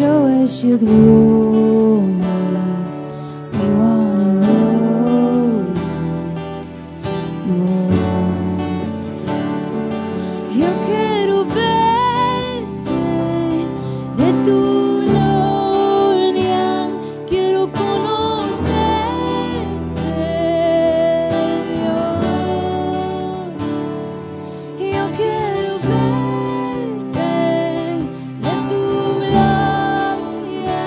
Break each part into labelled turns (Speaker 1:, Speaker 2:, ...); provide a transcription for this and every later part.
Speaker 1: should know more like we wanna know you more. Yo quiero verte de tu gloria, quiero conocerte, Dios. Yo quiero verte de tu gloria,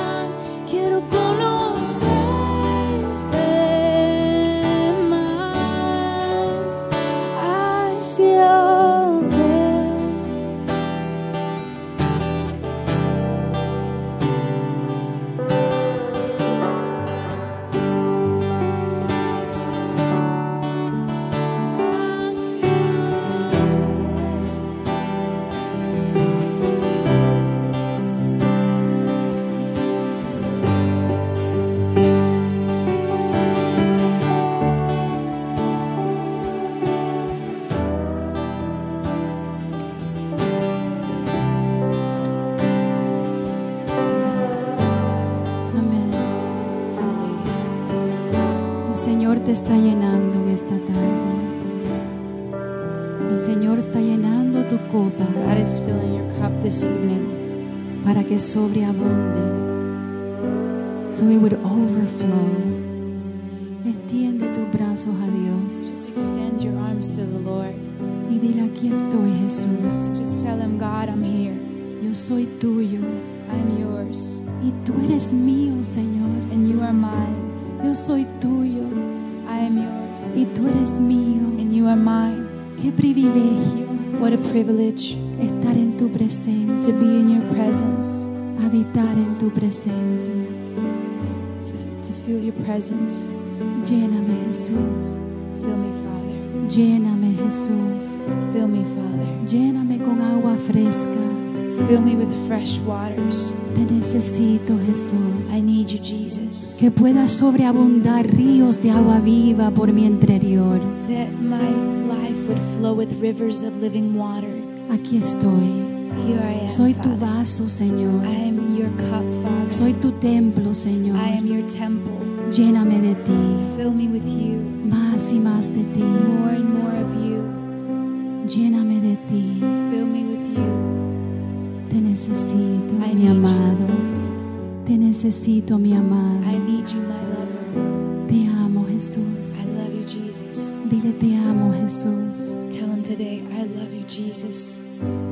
Speaker 1: quiero conocerte más hacia ver.
Speaker 2: Amén. El Señor te está llenando en esta tarde. El Señor está llenando tu copa
Speaker 1: God is filling your cup this evening
Speaker 2: para que sobreabunde. So it would overflow. Extiende tus brazos a Dios
Speaker 1: just extend your arms to the Lord
Speaker 2: y dile, aquí estoy Jesús.
Speaker 1: just tell him God I'm here
Speaker 2: Yo soy tuyo
Speaker 1: I'm yours
Speaker 2: y tú eres mío, Señor.
Speaker 1: and you are mine
Speaker 2: Yo soy tuyo
Speaker 1: I am yours
Speaker 2: y tú eres mío.
Speaker 1: and you are mine
Speaker 2: Qué privilegio
Speaker 1: what a privilege
Speaker 2: estar en tu
Speaker 1: to
Speaker 2: presencia.
Speaker 1: be in your presence
Speaker 2: habitar en tu presencia.
Speaker 1: to, to feel your presence
Speaker 2: Lléname Jesús,
Speaker 1: fill me
Speaker 2: lléname Jesús,
Speaker 1: Father fill me Father
Speaker 2: lléname con agua fresca.
Speaker 1: fill me with fresh waters
Speaker 2: Te necesito
Speaker 1: I
Speaker 2: Jesús.
Speaker 1: need you Jesus
Speaker 2: Que pueda sobreabundar ríos de agua viva por mi interior.
Speaker 1: that my life would flow with rivers of living water
Speaker 2: Aquí estoy.
Speaker 1: here I am
Speaker 2: Soy tu
Speaker 1: Father.
Speaker 2: vaso, Señor.
Speaker 1: I am your cup Father
Speaker 2: Soy tu templo, Señor.
Speaker 1: I am your temple.
Speaker 2: Lléname de ti,
Speaker 1: Fill me with you,
Speaker 2: más y más de ti.
Speaker 1: more and more of you.
Speaker 2: Lléname de ti.
Speaker 1: Fill me with you.
Speaker 2: Te necesito,
Speaker 1: I need
Speaker 2: mi
Speaker 1: you.
Speaker 2: amado. Te necesito, mi amado.
Speaker 1: I need you, my lover.
Speaker 2: Te amo, Jesús.
Speaker 1: I love you, Jesus.
Speaker 2: Dile te amo, Jesús.
Speaker 1: Tell him today, I love you, Jesus.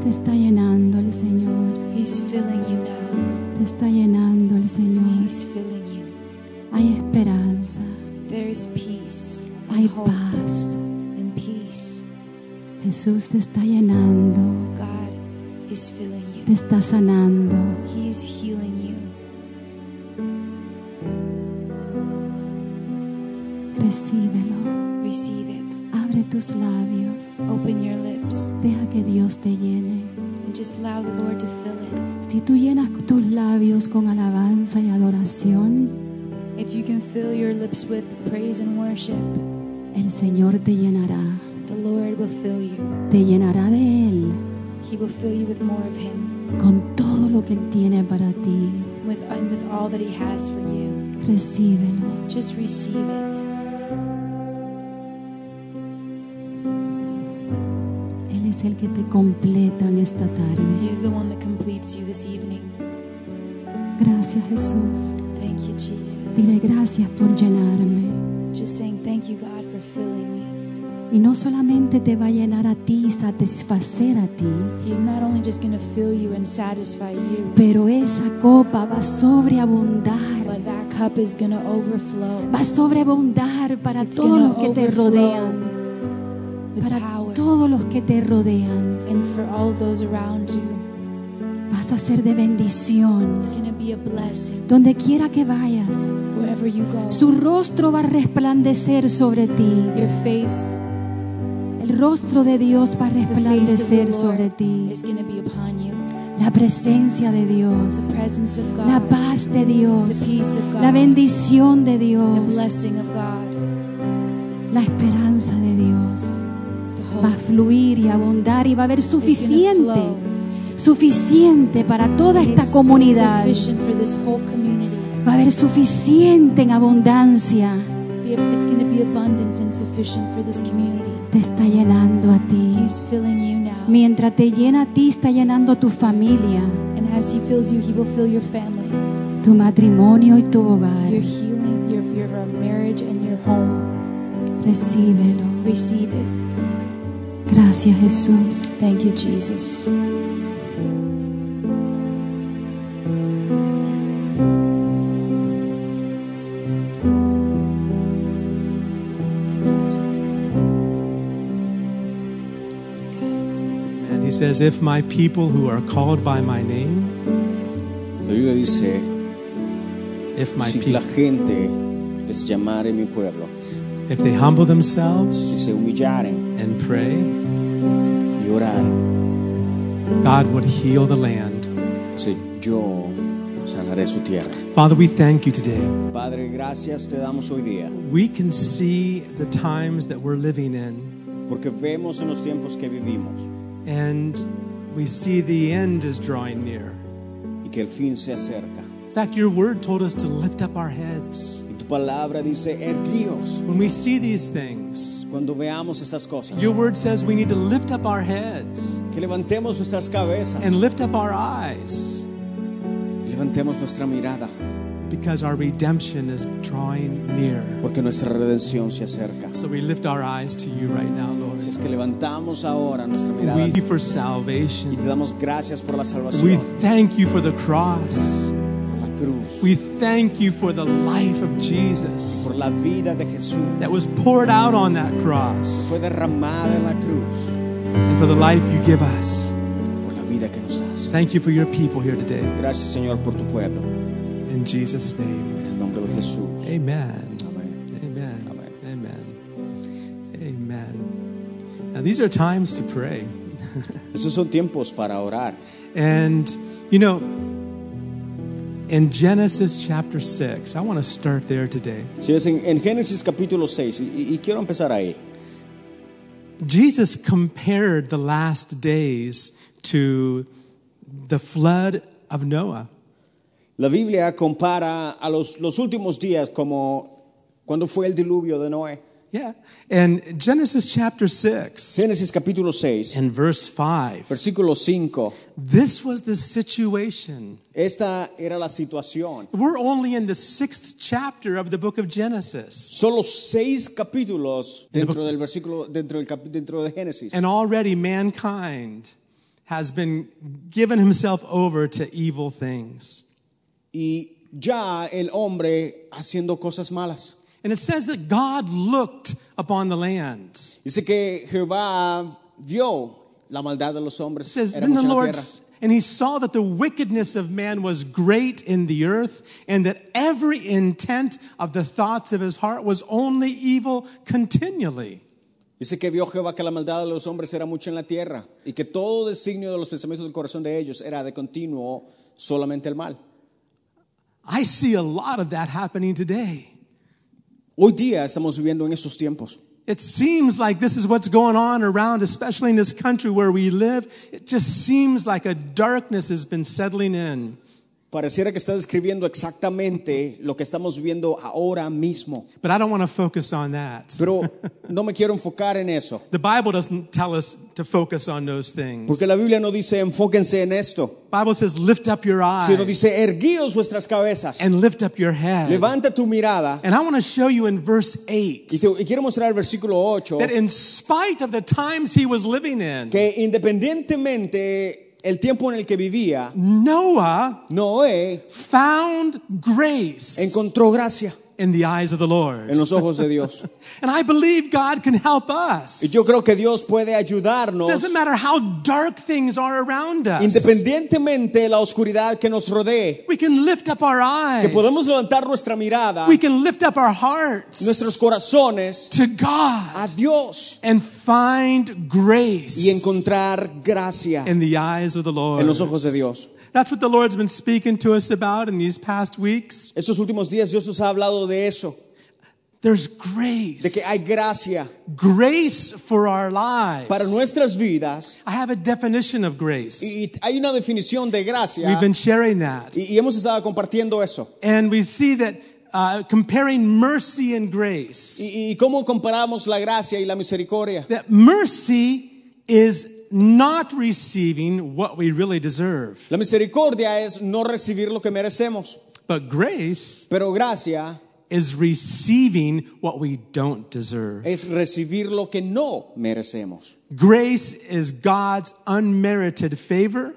Speaker 2: Te está llenando el Señor.
Speaker 1: He's filling you now.
Speaker 2: Te está llenando el Señor.
Speaker 1: He's filling you.
Speaker 2: Hay esperanza.
Speaker 1: There is peace
Speaker 2: Hay
Speaker 1: hope.
Speaker 2: paz.
Speaker 1: and peace.
Speaker 2: Jesús te está llenando.
Speaker 1: God is filling you.
Speaker 2: Te está sanando.
Speaker 1: He is healing you.
Speaker 2: Recíbelo.
Speaker 1: Receive it.
Speaker 2: Abre tus labios.
Speaker 1: Open your lips
Speaker 2: Deja que Dios te llene.
Speaker 1: and just allow the Lord to fill it.
Speaker 2: Si tú llenas tus labios con alabanza y adoración,
Speaker 1: If you can fill your lips with praise and worship,
Speaker 2: el Señor te llenará.
Speaker 1: the Lord will fill you.
Speaker 2: Te llenará de Él
Speaker 1: He will fill you with more of Him,
Speaker 2: con todo lo que Él tiene para ti.
Speaker 1: with, and with all that He has for you.
Speaker 2: Recíbelo.
Speaker 1: Just receive it.
Speaker 2: Él es el que te completa en esta tarde.
Speaker 1: He's the one that completes you this evening.
Speaker 2: Gracias Jesús.
Speaker 1: Thank you, Jesus.
Speaker 2: Dile gracias por llenarme.
Speaker 1: Just saying thank you, God, for filling me.
Speaker 2: Y no solamente te va a llenar a ti y satisfacer a ti,
Speaker 1: He's not only just going to fill you and satisfy you,
Speaker 2: pero esa copa va a sobreabundar.
Speaker 1: but that cup is going to overflow
Speaker 2: Va a sobreabundar para
Speaker 1: It's
Speaker 2: todos
Speaker 1: gonna
Speaker 2: los que te
Speaker 1: overflow.
Speaker 2: rodean.
Speaker 1: with
Speaker 2: Para
Speaker 1: power
Speaker 2: todos los que te rodean.
Speaker 1: and for all those around you.
Speaker 2: Vas a ser de bendición.
Speaker 1: It's going to be a blessing
Speaker 2: Donde quiera que vayas,
Speaker 1: wherever you go.
Speaker 2: su rostro va a resplandecer sobre ti.
Speaker 1: Your face,
Speaker 2: El rostro de Dios va a
Speaker 1: the face of the
Speaker 2: resplandecer sobre
Speaker 1: Lord
Speaker 2: ti.
Speaker 1: is going to be upon you.
Speaker 2: la presencia de Dios,
Speaker 1: The presence of
Speaker 2: la
Speaker 1: God,
Speaker 2: paz de Dios,
Speaker 1: the peace of
Speaker 2: la
Speaker 1: God,
Speaker 2: bendición de
Speaker 1: the
Speaker 2: Dios,
Speaker 1: blessing of God.
Speaker 2: la esperanza de Dios.
Speaker 1: The
Speaker 2: Va a
Speaker 1: hope
Speaker 2: fluir y abundar y va a haber
Speaker 1: is gonna
Speaker 2: suficiente
Speaker 1: flow.
Speaker 2: suficiente para toda esta
Speaker 1: It's
Speaker 2: comunidad.
Speaker 1: sufficient for this whole community.
Speaker 2: Va a haber suficiente en abundancia.
Speaker 1: Be- It's going to be abundance and sufficient for this community.
Speaker 2: Te está llenando a ti.
Speaker 1: He's filling you now.
Speaker 2: Mientras te llena a ti, está llenando a tu familia,
Speaker 1: And as He fills you, He will fill your family,
Speaker 2: tu matrimonio y tu hogar.
Speaker 1: your healing, your, your marriage, and your home.
Speaker 2: Recíbelo.
Speaker 1: Receive it.
Speaker 2: Gracias Jesús.
Speaker 1: Thank you, Jesus.
Speaker 3: And he says, If my people who are called by my name,
Speaker 4: La Biblia dice,
Speaker 3: if my
Speaker 4: si la
Speaker 3: people,
Speaker 4: gente les llamare mi pueblo,
Speaker 3: if they humble
Speaker 4: si
Speaker 3: themselves
Speaker 4: se humillaren
Speaker 3: and pray,
Speaker 4: y oraren,
Speaker 3: God would heal the land.
Speaker 4: dice, yo sanaré su tierra.
Speaker 3: Father, we thank you today.
Speaker 4: Padre, gracias te damos hoy día,
Speaker 3: We can see the times that we're living in,
Speaker 4: porque vemos en los tiempos que vivimos
Speaker 3: and we see the end is drawing near.
Speaker 4: y que el fin se acerca.
Speaker 3: In fact, your word told us to lift up our heads.
Speaker 4: Y tu palabra dice, erguíos,
Speaker 3: When we see these things,
Speaker 4: cuando veamos estas cosas,
Speaker 3: your word says we need to lift up our heads
Speaker 4: que levantemos nuestras cabezas,
Speaker 3: and lift up our eyes
Speaker 4: levantemos nuestra mirada,
Speaker 3: because our redemption is drawing near.
Speaker 4: porque nuestra redención se acerca.
Speaker 3: So we lift our eyes to you right now, Lord.
Speaker 4: Si es que levantamos ahora nuestra
Speaker 3: We
Speaker 4: mirada
Speaker 3: thank
Speaker 4: y
Speaker 3: you for
Speaker 4: te
Speaker 3: salvation.
Speaker 4: damos gracias por la
Speaker 3: We
Speaker 4: salvación,
Speaker 3: thank you for the cross.
Speaker 4: por la cruz,
Speaker 3: We thank you for the life of Jesus
Speaker 4: por la vida de Jesús.
Speaker 3: that was poured out on that cross
Speaker 4: fue derramada en la cruz
Speaker 3: and for the life you give us.
Speaker 4: por la vida que nos das.
Speaker 3: Thank you for your people here today.
Speaker 4: Gracias Señor por tu pueblo.
Speaker 3: In Jesus' name,
Speaker 4: En el nombre de Jesús.
Speaker 3: amen.
Speaker 4: Amén.
Speaker 3: Amen.
Speaker 4: Amen.
Speaker 3: Amen. Amen. Now, these are times to pray.
Speaker 4: Estos son tiempos para orar.
Speaker 3: And, you know, in Genesis chapter 6, I want to start there today.
Speaker 4: Si ves en, en Génesis capítulo 6, y, y quiero empezar ahí.
Speaker 3: Jesus compared the last days to the flood of Noah.
Speaker 4: La Biblia compara a los, los últimos días como cuando fue el diluvio de Noé.
Speaker 3: Yeah. And Genesis chapter 6
Speaker 4: Génesis capítulo 6,
Speaker 3: and verse 5.
Speaker 4: versículo 5.
Speaker 3: This was the situation.
Speaker 4: Esta era la situación.
Speaker 3: We're only in the sixth chapter of the book of Genesis.
Speaker 4: Solo seis capítulos dentro del versículo, dentro, del, cap- dentro de Génesis.
Speaker 3: And already mankind has been given himself over to evil things.
Speaker 4: Y ya el hombre haciendo cosas malas.
Speaker 3: And it says that God looked upon the land.
Speaker 4: Dice que Jehová vio la maldad de los
Speaker 3: It
Speaker 4: hombres.
Speaker 3: says,
Speaker 4: Era
Speaker 3: Then the
Speaker 4: mucha la
Speaker 3: Lord,
Speaker 4: tierra.
Speaker 3: and he saw that the wickedness of man was great in the earth, and that every intent of the thoughts of his heart was only evil continually.
Speaker 4: Dice que vio Jehová que la maldad de los hombres era mucha en la tierra y que todo designio de los pensamientos del corazón de ellos era de continuo solamente el mal.
Speaker 3: I see a lot of that happening today.
Speaker 4: Hoy día estamos viviendo en esos tiempos.
Speaker 3: It seems like this is what's going on around, especially in this country where we live. It just seems like a darkness has been settling in.
Speaker 4: Pareciera que está describiendo exactamente lo que estamos viviendo ahora mismo.
Speaker 3: But I don't want to focus on that.
Speaker 4: Pero no me quiero enfocar en eso,
Speaker 3: The Bible doesn't tell us to focus on those things.
Speaker 4: porque la Biblia no dice enfóquense en esto,
Speaker 3: Bible says, lift up your
Speaker 4: sino
Speaker 3: eyes.
Speaker 4: dice erguíos vuestras cabezas,
Speaker 3: and lift up your head.
Speaker 4: levanta tu mirada.
Speaker 3: And I want to show you in verse 8
Speaker 4: Y, te- y quiero mostrar el versículo 8
Speaker 3: that in spite of the times he was living in,
Speaker 4: que independientemente el tiempo en el que vivía,
Speaker 3: Noah
Speaker 4: Noé
Speaker 3: found grace
Speaker 4: encontró gracia
Speaker 3: in the eyes of the Lord.
Speaker 4: en los ojos de Dios.
Speaker 3: And I believe God can help us.
Speaker 4: Y yo creo que Dios puede
Speaker 3: Doesn't
Speaker 4: ayudarnos
Speaker 3: matter how dark things are around us.
Speaker 4: independientemente de la oscuridad que nos rodee,
Speaker 3: We can lift up our
Speaker 4: que
Speaker 3: eyes.
Speaker 4: podemos levantar nuestra mirada,
Speaker 3: We can lift up our hearts
Speaker 4: nuestros corazones
Speaker 3: to
Speaker 4: a
Speaker 3: God
Speaker 4: Dios
Speaker 3: and find grace
Speaker 4: y encontrar gracia
Speaker 3: in the eyes of the Lord.
Speaker 4: en los ojos de Dios.
Speaker 3: That's what the Lord's been speaking to us about in these past weeks.
Speaker 4: Estos últimos días Dios nos ha hablado de eso,
Speaker 3: There's grace.
Speaker 4: de que hay gracia,
Speaker 3: grace for our lives.
Speaker 4: para nuestras vidas.
Speaker 3: I have a definition of grace.
Speaker 4: Y y hay una definición de gracia
Speaker 3: We've been sharing that.
Speaker 4: y, y hemos estado compartiendo eso.
Speaker 3: And we see that uh, comparing mercy and grace,
Speaker 4: Y, y cómo comparamos la gracia y la misericordia.
Speaker 3: that mercy is not receiving what we really deserve,
Speaker 4: La misericordia es no recibir lo que merecemos,
Speaker 3: but grace
Speaker 4: pero gracia
Speaker 3: is receiving what we don't deserve.
Speaker 4: es recibir lo que no merecemos.
Speaker 3: Grace is God's unmerited favor.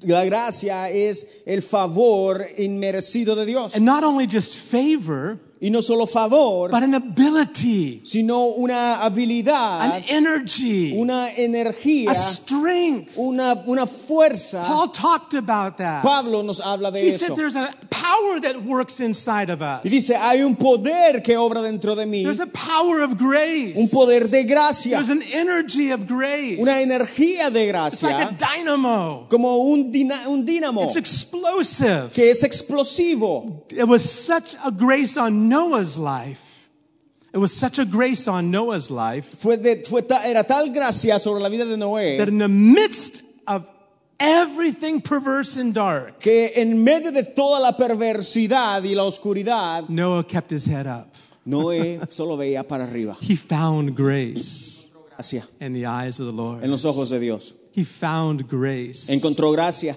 Speaker 4: La gracia es el favor inmerecido de Dios.
Speaker 3: And not only just favor,
Speaker 4: Y no solo favor,
Speaker 3: but an ability,
Speaker 4: sino una habilidad,
Speaker 3: an energy,
Speaker 4: Ah. una
Speaker 3: a
Speaker 4: energía,
Speaker 3: strength.
Speaker 4: una, una fuerza.
Speaker 3: Paul talked about that.
Speaker 4: Ah. Pablo nos habla de
Speaker 3: He said
Speaker 4: eso.
Speaker 3: there's a power that works inside of us.
Speaker 4: Y dice, hay un poder que obra dentro de mí,
Speaker 3: There's a power of grace.
Speaker 4: un poder de gracia,
Speaker 3: There's an energy of grace.
Speaker 4: una energía de
Speaker 3: It's like a
Speaker 4: gracia,
Speaker 3: dynamo.
Speaker 4: como un, dina- un dínamo
Speaker 3: It's explosive.
Speaker 4: que es explosivo.
Speaker 3: It was such a grace on Noah's life. It was such a grace on Noah's life
Speaker 4: Fue de- fue ta- era tal gracia sobre la vida de
Speaker 3: that
Speaker 4: Noé
Speaker 3: in the midst of everything perverse and dark,
Speaker 4: que en medio de toda la perversidad y la oscuridad,
Speaker 3: Noah kept his head up.
Speaker 4: Noé solo veía para arriba.
Speaker 3: He found grace
Speaker 4: Gracia
Speaker 3: in the eyes of the
Speaker 4: en
Speaker 3: Lord.
Speaker 4: los ojos de Dios.
Speaker 3: He found grace.
Speaker 4: Encontró gracia.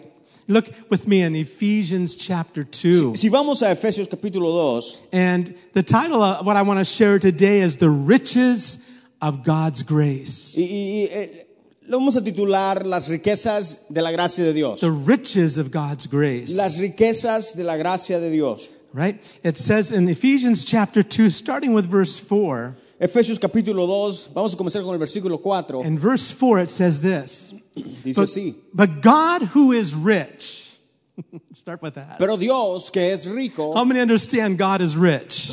Speaker 3: Look with me in Ephesians chapter 2.
Speaker 4: Si vamos a Efesios capítulo 2,
Speaker 3: And the title of what I want to share today is The Riches of God's Grace.
Speaker 4: y, y- y, eh, lo vamos a titular Las riquezas de la gracia de Dios.
Speaker 3: The riches of God's
Speaker 4: Las
Speaker 3: grace.
Speaker 4: riquezas de la gracia de Dios.
Speaker 3: Right? It says in Ephesians chapter 2, starting with verse 4.
Speaker 4: Efesios capítulo 2, vamos a comenzar con el versículo 4.
Speaker 3: In verse 4, it says this
Speaker 4: Dice
Speaker 3: But,
Speaker 4: así.
Speaker 3: but God who is rich, start with that.
Speaker 4: Pero Dios, que es
Speaker 3: How
Speaker 4: rico,
Speaker 3: many understand God is rich?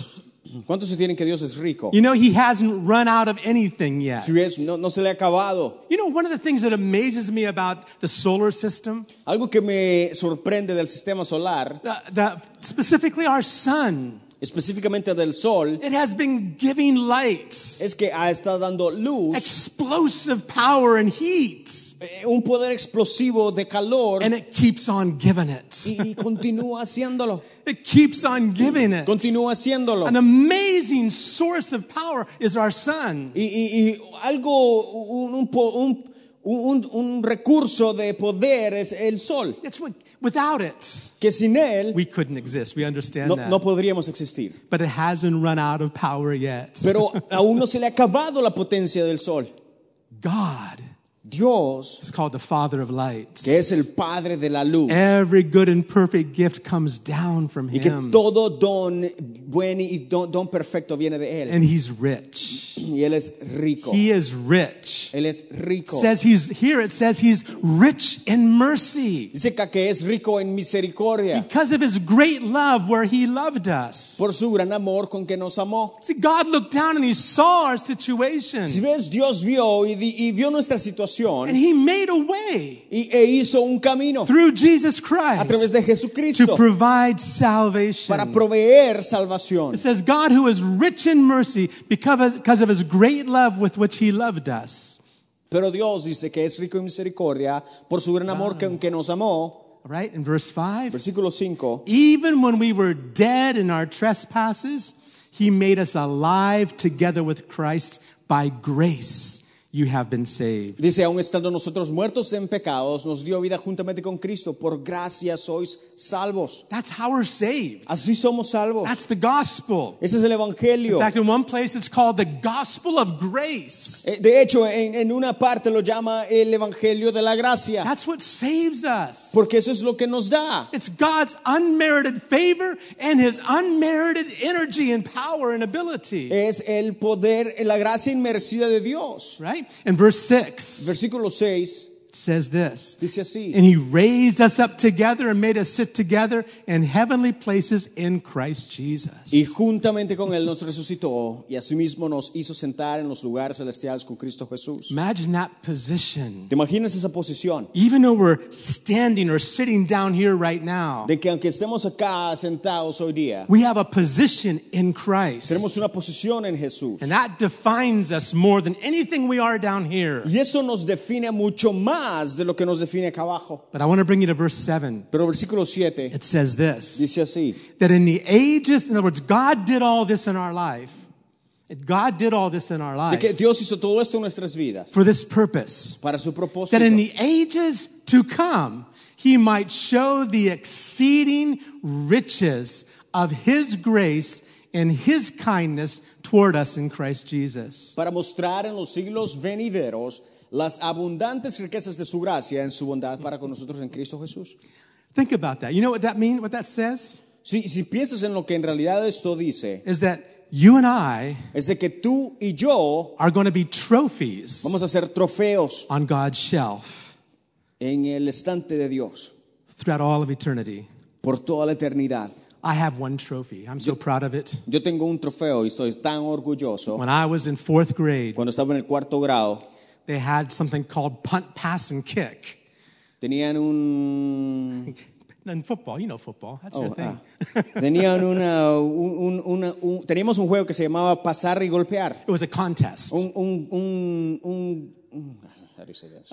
Speaker 4: ¿cuántos se tienen que Dios es rico?
Speaker 3: You know, He hasn't run out of anything yet.
Speaker 4: Si es, no, no se le ha acabado.
Speaker 3: You know, one of the things that amazes me about the solar system,
Speaker 4: Algo que me sorprende del sistema solar,
Speaker 3: uh, the, specifically our sun,
Speaker 4: específicamente del Sol,
Speaker 3: It has been giving light,
Speaker 4: es que ha estado dando luz,
Speaker 3: explosive power and heat,
Speaker 4: eh, un poder explosivo de calor
Speaker 3: and it keeps on giving it.
Speaker 4: y, y continúa haciéndolo.
Speaker 3: It keeps on giving it.
Speaker 4: Continúa haciéndolo.
Speaker 3: An amazing source of power is our sun.
Speaker 4: Y, y- y algo, un, un po- un- un- un recurso de poder es el sol,
Speaker 3: It's what, without it,
Speaker 4: que sin él
Speaker 3: we couldn't exist. We understand
Speaker 4: no,
Speaker 3: that.
Speaker 4: no podríamos existir.
Speaker 3: But it hasn't run out of power yet.
Speaker 4: Pero aún no se le ha acabado la potencia del sol.
Speaker 3: God
Speaker 4: Dios,
Speaker 3: is called the Father of lights.
Speaker 4: que es el Padre de la luz,
Speaker 3: Every good and perfect gift comes down from
Speaker 4: y que
Speaker 3: Him,
Speaker 4: todo don bueno y don, don perfecto viene de él.
Speaker 3: and He's rich.
Speaker 4: Y él es rico.
Speaker 3: He is rich.
Speaker 4: Él es rico.
Speaker 3: says he's here it says he's rich in mercy
Speaker 4: Dice acá que es rico en misericordia
Speaker 3: because of his great love where he loved us
Speaker 4: por su gran amor con que nos amó.
Speaker 3: see god looked down and he saw our
Speaker 4: Si
Speaker 3: situation
Speaker 4: ves, Dios vio y, di- y vio nuestra situación.
Speaker 3: and he made a way
Speaker 4: y, e hizo un camino
Speaker 3: through jesus
Speaker 4: a través
Speaker 3: christ
Speaker 4: de
Speaker 3: to
Speaker 4: Jesucristo
Speaker 3: provide salvation
Speaker 4: para proveer salvación.
Speaker 3: it says god who is rich in mercy because because of his great love with which he loved us
Speaker 4: Pero Dios dice que es rico en misericordia por su gran amor que, que nos amó.
Speaker 3: right in verse 5
Speaker 4: Versículo 5.
Speaker 3: even when we were dead in our trespasses, he made us alive together with Christ. By grace, you have been saved.
Speaker 4: Dice, aun estando nosotros muertos en pecados, nos dio vida juntamente con Cristo. Por gracia sois salvos.
Speaker 3: That's how we're saved.
Speaker 4: Así somos salvos.
Speaker 3: That's the gospel.
Speaker 4: Ese es el
Speaker 3: In
Speaker 4: Evangelio.
Speaker 3: fact, in one place, it's called the gospel of grace.
Speaker 4: Eh, De hecho, en, en una parte lo llama el Evangelio de la gracia.
Speaker 3: That's what saves us.
Speaker 4: Porque eso es lo que nos da.
Speaker 3: It's God's unmerited favor and his unmerited energy and power and ability.
Speaker 4: Es el poder, la gracia inmerecida de Dios.
Speaker 3: Right? In verse 6,
Speaker 4: Versículo 6.
Speaker 3: says this
Speaker 4: Dice así.
Speaker 3: And he raised us up together and made us sit together in heavenly places in Christ Jesus.
Speaker 4: Y juntamente con Él nos resucitó y asimismo nos hizo sentar en los lugares celestiales con Cristo Jesús.
Speaker 3: Imagine that position.
Speaker 4: ¿Te imaginas esa posición?
Speaker 3: Even though we're standing or sitting down here right now,
Speaker 4: De que aunque estemos acá sentados hoy día,
Speaker 3: we have a position in
Speaker 4: tenemos
Speaker 3: Christ.
Speaker 4: una posición en Jesús.
Speaker 3: And that defines us more than anything we are down here.
Speaker 4: Y eso nos define mucho más de lo que nos define acá abajo.
Speaker 3: But I want to bring you to verse 7.
Speaker 4: Pero versículo 7
Speaker 3: It says this
Speaker 4: dice así.
Speaker 3: that in the ages, in other words, God did all this in our life. God did all this in our
Speaker 4: De que
Speaker 3: life
Speaker 4: Dios hizo todo esto en nuestras vidas
Speaker 3: for this purpose.
Speaker 4: para su propósito.
Speaker 3: that in the ages to come he might show the exceeding riches of his grace and his kindness toward us in Christ Jesus.
Speaker 4: Para mostrar en los siglos venideros las abundantes riquezas de su gracia en su bondad para con nosotros en Cristo Jesús.
Speaker 3: Think about that. You know what that means, what that says?
Speaker 4: Si, si piensas en lo que en realidad esto dice,
Speaker 3: Is that you and I
Speaker 4: es de que tú y yo
Speaker 3: are going to be trophies
Speaker 4: vamos a ser trofeos
Speaker 3: on God's shelf
Speaker 4: en el estante de Dios
Speaker 3: throughout all of eternity.
Speaker 4: por toda la eternidad.
Speaker 3: I have one trophy. I'm so proud of it.
Speaker 4: Yo tengo un trofeo y estoy tan orgulloso.
Speaker 3: When I was in fourth grade,
Speaker 4: Cuando estaba en el cuarto grado,
Speaker 3: they had something called punt, pass, and kick.
Speaker 4: tenían un
Speaker 3: In football, you know football. That's your
Speaker 4: Oh,
Speaker 3: thing.
Speaker 4: ah. Tenían una, un- un- una- un- teníamos un juego que se llamaba pasar y golpear.
Speaker 3: It was a contest.
Speaker 4: Un, un, un, un- un- how do you say this?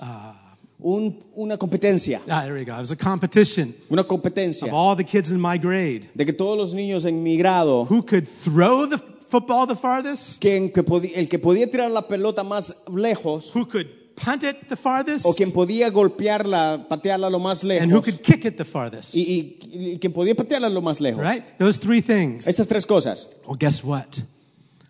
Speaker 4: Un- una competencia,
Speaker 3: Ah, there we go. It was a competition
Speaker 4: una
Speaker 3: of
Speaker 4: competencia
Speaker 3: all the kids in my grade.
Speaker 4: de que todos los niños en mi grado,
Speaker 3: Who could throw the football the farthest?
Speaker 4: quien que podía, el que podía tirar la pelota más lejos
Speaker 3: Who could punt it the farthest?
Speaker 4: o quien podía golpearla, patearla lo más
Speaker 3: And who
Speaker 4: lejos
Speaker 3: could kick it the farthest?
Speaker 4: y, y- y quien podía patearla lo más lejos.
Speaker 3: Right? Those three things.
Speaker 4: Estas tres cosas.
Speaker 3: Well, guess what?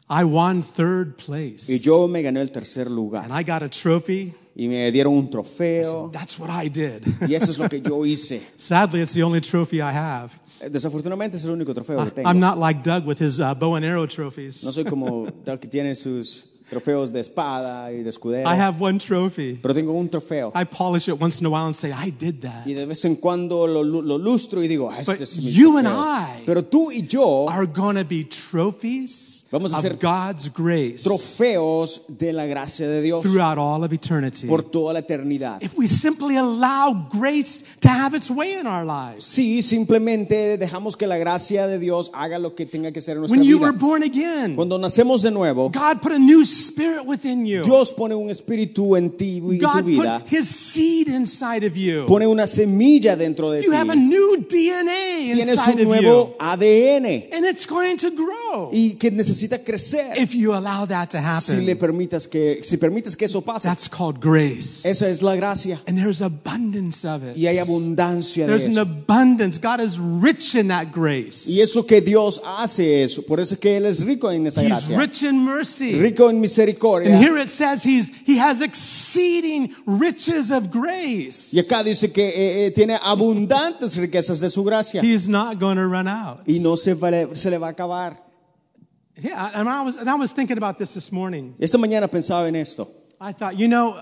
Speaker 3: I won third place.
Speaker 4: Y yo me gané el tercer
Speaker 3: And
Speaker 4: lugar
Speaker 3: I got a trophy.
Speaker 4: y me dieron un trofeo
Speaker 3: That's what I did.
Speaker 4: y eso es lo que yo hice.
Speaker 3: Sadly, it's the only trophy I have.
Speaker 4: Desafortunadamente es el único trofeo que
Speaker 3: I-
Speaker 4: tengo.
Speaker 3: Ah, I'm not like Doug with his uh, bow and arrow trophies.
Speaker 4: No soy como Doug que tiene sus trofeos de espada y de escudero,
Speaker 3: I have one trophy.
Speaker 4: pero tengo un trofeo.
Speaker 3: I polish it once in a while and say, I did that.
Speaker 4: Y de vez en cuando lo, lu- lo lustro y digo, "Ah, este
Speaker 3: But
Speaker 4: es mi
Speaker 3: you
Speaker 4: trofeo".
Speaker 3: and I
Speaker 4: Pero tú y yo,
Speaker 3: are going to be trophies
Speaker 4: Vamos a ser
Speaker 3: of God's grace
Speaker 4: trofeos de la gracia de Dios
Speaker 3: throughout all of eternity.
Speaker 4: por toda la eternidad.
Speaker 3: If we simply allow grace to have its way in our lives.
Speaker 4: Si simplemente dejamos que la gracia de Dios haga lo que tenga que hacer en nuestra
Speaker 3: When you were
Speaker 4: vida.
Speaker 3: born again,
Speaker 4: Cuando nacemos de nuevo,
Speaker 3: God put a new spirit within you.
Speaker 4: Dios pone un espíritu en ti y tu
Speaker 3: God
Speaker 4: vida,
Speaker 3: put his seed inside of you.
Speaker 4: pone una semilla dentro de ti.
Speaker 3: You have a new DNA
Speaker 4: Tienes
Speaker 3: inside
Speaker 4: un
Speaker 3: of you.
Speaker 4: nuevo ADN.
Speaker 3: And it's going to grow
Speaker 4: y que necesita crecer
Speaker 3: if you allow that to
Speaker 4: si le
Speaker 3: happen.
Speaker 4: permitas que si permites que eso pase
Speaker 3: That's called grace.
Speaker 4: esa es la gracia
Speaker 3: And there's abundance of it.
Speaker 4: y hay abundancia de
Speaker 3: There's an
Speaker 4: eso
Speaker 3: abundance. God is rich in that grace.
Speaker 4: y eso que Dios hace es por eso es que él es rico en esa
Speaker 3: He's
Speaker 4: gracia
Speaker 3: rich in mercy.
Speaker 4: rico en
Speaker 3: And
Speaker 4: misericordia
Speaker 3: here it says he's he has exceeding riches of grace.
Speaker 4: y acá dice que eh, eh, tiene abundantes riquezas de su gracia
Speaker 3: He's not going to run out.
Speaker 4: y no se, vale- se le va a acabar
Speaker 3: Yeah, and I was and I was thinking about this this morning.
Speaker 4: esta mañana pensaba en esto
Speaker 3: I thought, you know,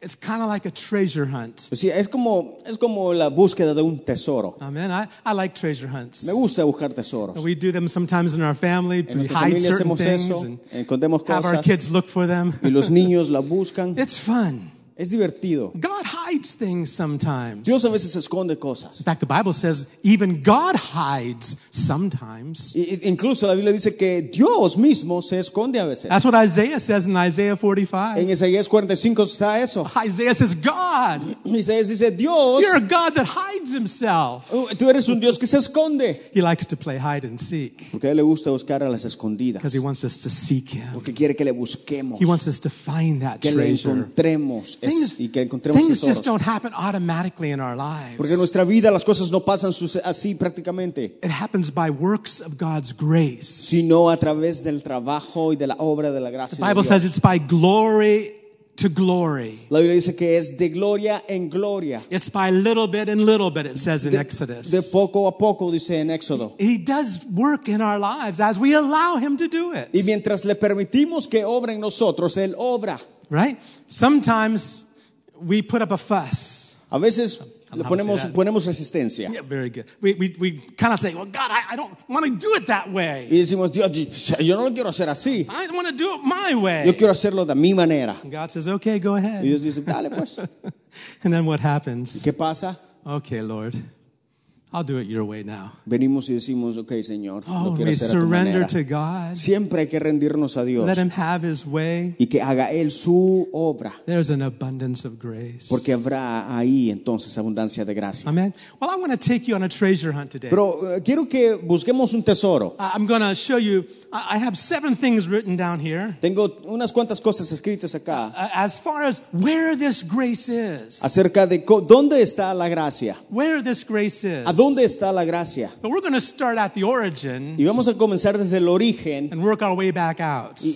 Speaker 3: it's kind of like a treasure hunt.
Speaker 4: O sea, Pues es como es como la búsqueda de un tesoro
Speaker 3: Amen. I, I like treasure hunts.
Speaker 4: me gusta buscar tesoros
Speaker 3: We do them sometimes in our family.
Speaker 4: En
Speaker 3: we
Speaker 4: nuestra
Speaker 3: hide
Speaker 4: familia
Speaker 3: certain
Speaker 4: hacemos
Speaker 3: things
Speaker 4: eso,
Speaker 3: and
Speaker 4: encontramos
Speaker 3: have our
Speaker 4: cosas.
Speaker 3: kids look for them.
Speaker 4: y los niños la buscan
Speaker 3: It's fun.
Speaker 4: es divertido
Speaker 3: God hides things sometimes.
Speaker 4: Dios a veces esconde cosas
Speaker 3: In fact, the Bible says even God hides sometimes.
Speaker 4: I- i- Incluso la Biblia dice que Dios mismo se esconde a veces.
Speaker 3: That's what Isaiah says in Isaiah
Speaker 4: En
Speaker 3: 45.
Speaker 4: Isaías 45 está eso.
Speaker 3: Isaiah says, God,
Speaker 4: Isaías dice,
Speaker 3: Ah.
Speaker 4: Dios,
Speaker 3: you're a God that hides himself.
Speaker 4: uh, tú eres un Dios que se esconde.
Speaker 3: He likes to play hide and seek
Speaker 4: Porque a él le gusta buscar a las escondidas.
Speaker 3: because he wants us to seek him.
Speaker 4: Porque quiere que le busquemos,
Speaker 3: He wants us to find that
Speaker 4: que le
Speaker 3: treasure.
Speaker 4: encontremos es-
Speaker 3: Things,
Speaker 4: y que encontremos
Speaker 3: things just
Speaker 4: tesoros.
Speaker 3: don't happen automatically in our
Speaker 4: Porque en
Speaker 3: lives.
Speaker 4: nuestra vida las cosas no pasan suce- así prácticamente,
Speaker 3: It happens by works of God's grace. The
Speaker 4: sino a través del trabajo y de la obra de la gracia. de
Speaker 3: Bible
Speaker 4: Dios.
Speaker 3: says it's by glory to glory.
Speaker 4: La Biblia dice que es de gloria en gloria,
Speaker 3: It's by little bit and little bit, it says in Exodus.
Speaker 4: de poco a poco, dice en Éxodo.
Speaker 3: He does work in our lives as we allow Him to do
Speaker 4: Y
Speaker 3: it.
Speaker 4: mientras le permitimos que obra en nosotros, Él obra.
Speaker 3: Right? Sometimes we put up a fuss.
Speaker 4: A veces
Speaker 3: how
Speaker 4: le
Speaker 3: to
Speaker 4: ponemos,
Speaker 3: say that.
Speaker 4: ponemos resistencia
Speaker 3: Yeah, very good. We, we, we kind of say, well, God, I, I don't want to do it that way.
Speaker 4: y decimos, Dios, yo no lo quiero hacer así,
Speaker 3: I want to do it my way.
Speaker 4: yo quiero hacerlo de mi manera.
Speaker 3: And God says, okay, go ahead.
Speaker 4: Y Dios dice, dale pues,
Speaker 3: And then what happens?
Speaker 4: ¿qué pasa?
Speaker 3: Okay, Lord, I'll do it your way now.
Speaker 4: Venimos y decimos, ok, Señor,
Speaker 3: Oh,
Speaker 4: lo quiero
Speaker 3: we
Speaker 4: hacer a tu
Speaker 3: surrender
Speaker 4: manera.
Speaker 3: to God.
Speaker 4: Siempre hay que rendirnos a Dios
Speaker 3: Let him have his way.
Speaker 4: y que haga Él su obra,
Speaker 3: There's an abundance of grace.
Speaker 4: porque habrá ahí entonces abundancia de gracia.
Speaker 3: Amen. Well, I'm going to take you on a treasure hunt today.
Speaker 4: Pero eh, quiero que busquemos un tesoro.
Speaker 3: I- Uh, I'm going to show you. I I have seven things written down here
Speaker 4: Tengo unas cuantas cosas escritas acá
Speaker 3: uh, as far as where this grace is.
Speaker 4: acerca de co- dónde está la gracia,
Speaker 3: Where this grace is.
Speaker 4: a dónde está la gracia.
Speaker 3: But we're going to start at the origin
Speaker 4: Y vamos a comenzar desde el origen
Speaker 3: and work our way back out.
Speaker 4: y,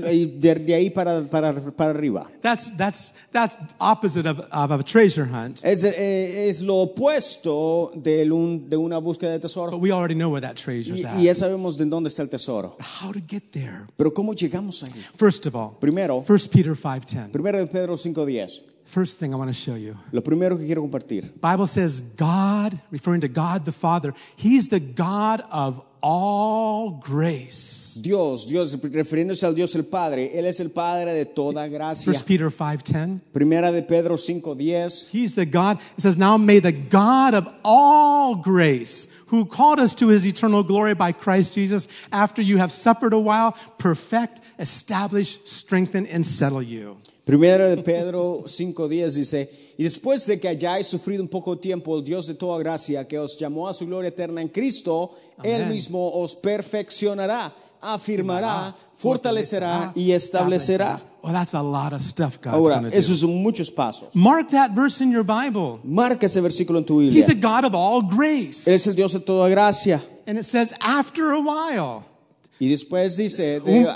Speaker 4: y- y- y de, de ahí para, para, para arriba.
Speaker 3: That's, that's, that's opposite of, of a treasure hunt.
Speaker 4: Es, eh, es lo opuesto de, de una búsqueda de
Speaker 3: But
Speaker 4: tesoro.
Speaker 3: we already know where that treasure's
Speaker 4: Y,
Speaker 3: at.
Speaker 4: y ya sabemos de dónde está el tesoro.
Speaker 3: How to get there.
Speaker 4: Pero ¿cómo llegamos ahí?
Speaker 3: First of all,
Speaker 4: Primero,
Speaker 3: 1 Peter 5.10.
Speaker 4: primero de Pedro 5.10.
Speaker 3: First thing I want to show you.
Speaker 4: Lo primero que quiero compartir.
Speaker 3: Bible says God, referring to God the Father, He's the God of all grace.
Speaker 4: Dios, Dios, refiriéndose al Dios el Padre, Él es el Padre de toda gracia.
Speaker 3: First Peter 5.10.
Speaker 4: Primera de Pedro 5.10.
Speaker 3: He's the God. It says, Now may the God of all grace, who called us to his eternal glory by Christ Jesus, after you have suffered a while, perfect, establish, strengthen, and settle you.
Speaker 4: Primera de Pedro 5.10 dice, y después de que hayáis sufrido un poco de tiempo, el Dios de toda gracia, que os llamó a su gloria eterna en Cristo, Él mismo os perfeccionará, afirmará,
Speaker 3: Ah,
Speaker 4: fortalecerá y establecerá.
Speaker 3: Well, Oh, that's a lot of stuff God's
Speaker 4: Ahora,
Speaker 3: going to do.
Speaker 4: esos son muchos pasos.
Speaker 3: Mark that verse in your Bible.
Speaker 4: Marca ese versículo en tu Biblia.
Speaker 3: He's the God of all grace.
Speaker 4: Él es el Dios de toda gracia.
Speaker 3: And it says, after a while,
Speaker 4: Y después dice, de-
Speaker 3: un,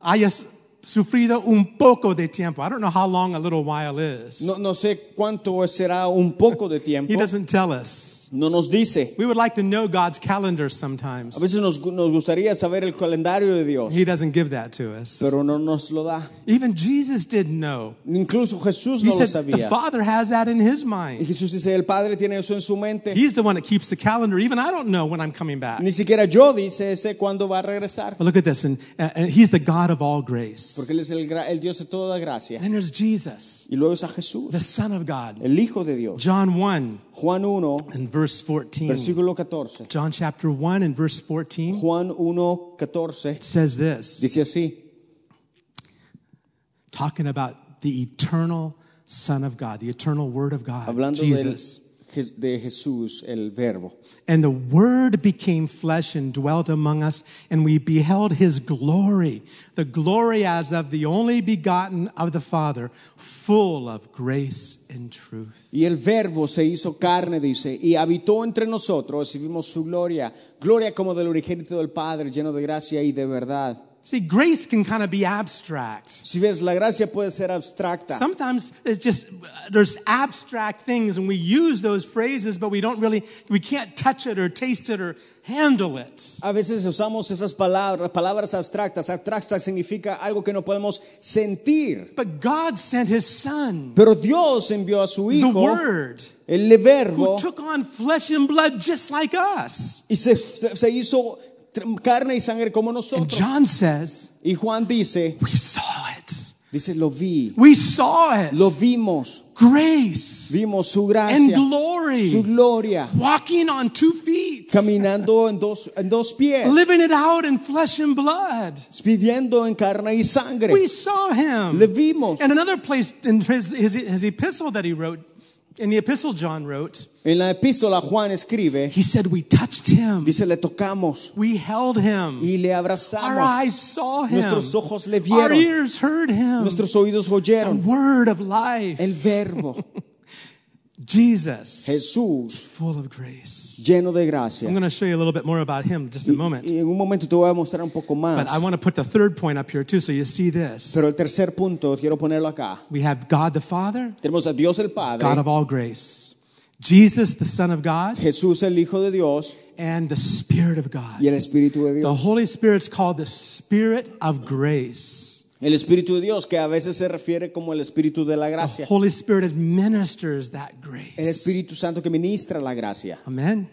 Speaker 3: hayas sufrido un poco de tiempo. I don't know how long a little while is.
Speaker 4: no, no sé cuánto será un poco de tiempo.
Speaker 3: He doesn't tell us.
Speaker 4: No nos dice.
Speaker 3: We would like to know God's calendar
Speaker 4: A
Speaker 3: sometimes.
Speaker 4: veces nos, gu- nos gustaría saber el calendario de Dios,
Speaker 3: He doesn't give that to us.
Speaker 4: pero no nos lo da.
Speaker 3: Even Jesus didn't know.
Speaker 4: Incluso Jesús
Speaker 3: He
Speaker 4: no lo
Speaker 3: said the
Speaker 4: sabía.
Speaker 3: Father has that in his
Speaker 4: Y
Speaker 3: mind.
Speaker 4: Jesús dice, el Padre tiene eso en su mente.
Speaker 3: He's the one that keeps the calendar. Even I don't know when I'm coming back.
Speaker 4: Ni siquiera yo dice, sé cuándo va a regresar.
Speaker 3: But look at this, and, uh, and he's the God of all grace.
Speaker 4: Porque Él es el, gra- el Dios de toda gracia.
Speaker 3: Then there's Jesus,
Speaker 4: Y luego está Jesús,
Speaker 3: the Son of God.
Speaker 4: el Hijo de Dios.
Speaker 3: John 1
Speaker 4: Juan 1,
Speaker 3: and verse 14.
Speaker 4: versículo 14.
Speaker 3: John chapter 1 and verse 14
Speaker 4: Juan 1, 14.
Speaker 3: says this,
Speaker 4: Dice así.
Speaker 3: talking about the eternal Son of God, the eternal Word of God,
Speaker 4: hablando del-
Speaker 3: Jesus.
Speaker 4: Je- de Jesús, el verbo.
Speaker 3: And the Word became flesh and dwelt among us, and we beheld his glory, the glory as of the only begotten of the Father, full of grace and truth.
Speaker 4: Y el verbo se hizo carne, dice, y habitó entre nosotros y vimos su gloria, gloria como del origénito del Padre, lleno de gracia y de verdad.
Speaker 3: See, grace can kind of be abstract.
Speaker 4: Si ves, la gracia puede ser abstracta.
Speaker 3: Sometimes it's just there's abstract things, and we use those phrases, but we don't really we can't touch it or taste it or handle it.
Speaker 4: A veces usamos esas palabras, palabras abstractas. Abstracta significa algo que no podemos sentir.
Speaker 3: But God sent His Son,
Speaker 4: Pero Dios envió a su
Speaker 3: the
Speaker 4: Hijo,
Speaker 3: Word,
Speaker 4: el verbo,
Speaker 3: who took on flesh and blood just like us.
Speaker 4: y se, se se hizo tr- carne y sangre como
Speaker 3: And
Speaker 4: nosotros.
Speaker 3: John says,
Speaker 4: Y Juan dice,
Speaker 3: We saw it.
Speaker 4: dice, lo vi,
Speaker 3: We saw it.
Speaker 4: lo vimos.
Speaker 3: Grace
Speaker 4: Vimos su
Speaker 3: and
Speaker 4: gracia, su
Speaker 3: glory.
Speaker 4: gloria,
Speaker 3: Walking on two feet.
Speaker 4: caminando en dos, en dos pies,
Speaker 3: Living it out in flesh and blood.
Speaker 4: viviendo en carne y sangre.
Speaker 3: We saw him.
Speaker 4: Le vimos.
Speaker 3: And another place in his, his, his epistle that he wrote, in the epistle John wrote,
Speaker 4: En la epístola Juan escribe,
Speaker 3: he said, We touched him.
Speaker 4: dice, le tocamos
Speaker 3: We held him.
Speaker 4: y le
Speaker 3: Our
Speaker 4: abrazamos.
Speaker 3: eyes saw him.
Speaker 4: Nuestros ojos le
Speaker 3: Our
Speaker 4: vieron,
Speaker 3: ears heard him.
Speaker 4: nuestros oídos
Speaker 3: The
Speaker 4: oyeron.
Speaker 3: word of life.
Speaker 4: El verbo
Speaker 3: Jesus,
Speaker 4: Jesús,
Speaker 3: full of grace.
Speaker 4: lleno de
Speaker 3: I'm
Speaker 4: gracia.
Speaker 3: going to show you a little bit more about him in just a moment.
Speaker 4: Y en un momento te voy a mostrar un poco
Speaker 3: But I
Speaker 4: más.
Speaker 3: want to put the third point up here too, so you see this.
Speaker 4: Pero el tercer punto, quiero ponerlo acá.
Speaker 3: We have God the Father,
Speaker 4: Tenemos a Dios el
Speaker 3: God
Speaker 4: Padre,
Speaker 3: of all grace, Jesus the Son of God,
Speaker 4: Jesús el Hijo de Dios
Speaker 3: and the Spirit of God.
Speaker 4: y el Espíritu de Dios.
Speaker 3: The Holy Spirit's called the Spirit of grace.
Speaker 4: El Espíritu de Dios, que a veces se refiere como el Espíritu de la
Speaker 3: The
Speaker 4: gracia.
Speaker 3: Holy Spirit administers that
Speaker 4: El
Speaker 3: grace.
Speaker 4: Espíritu Santo que ministra la gracia.
Speaker 3: Amen.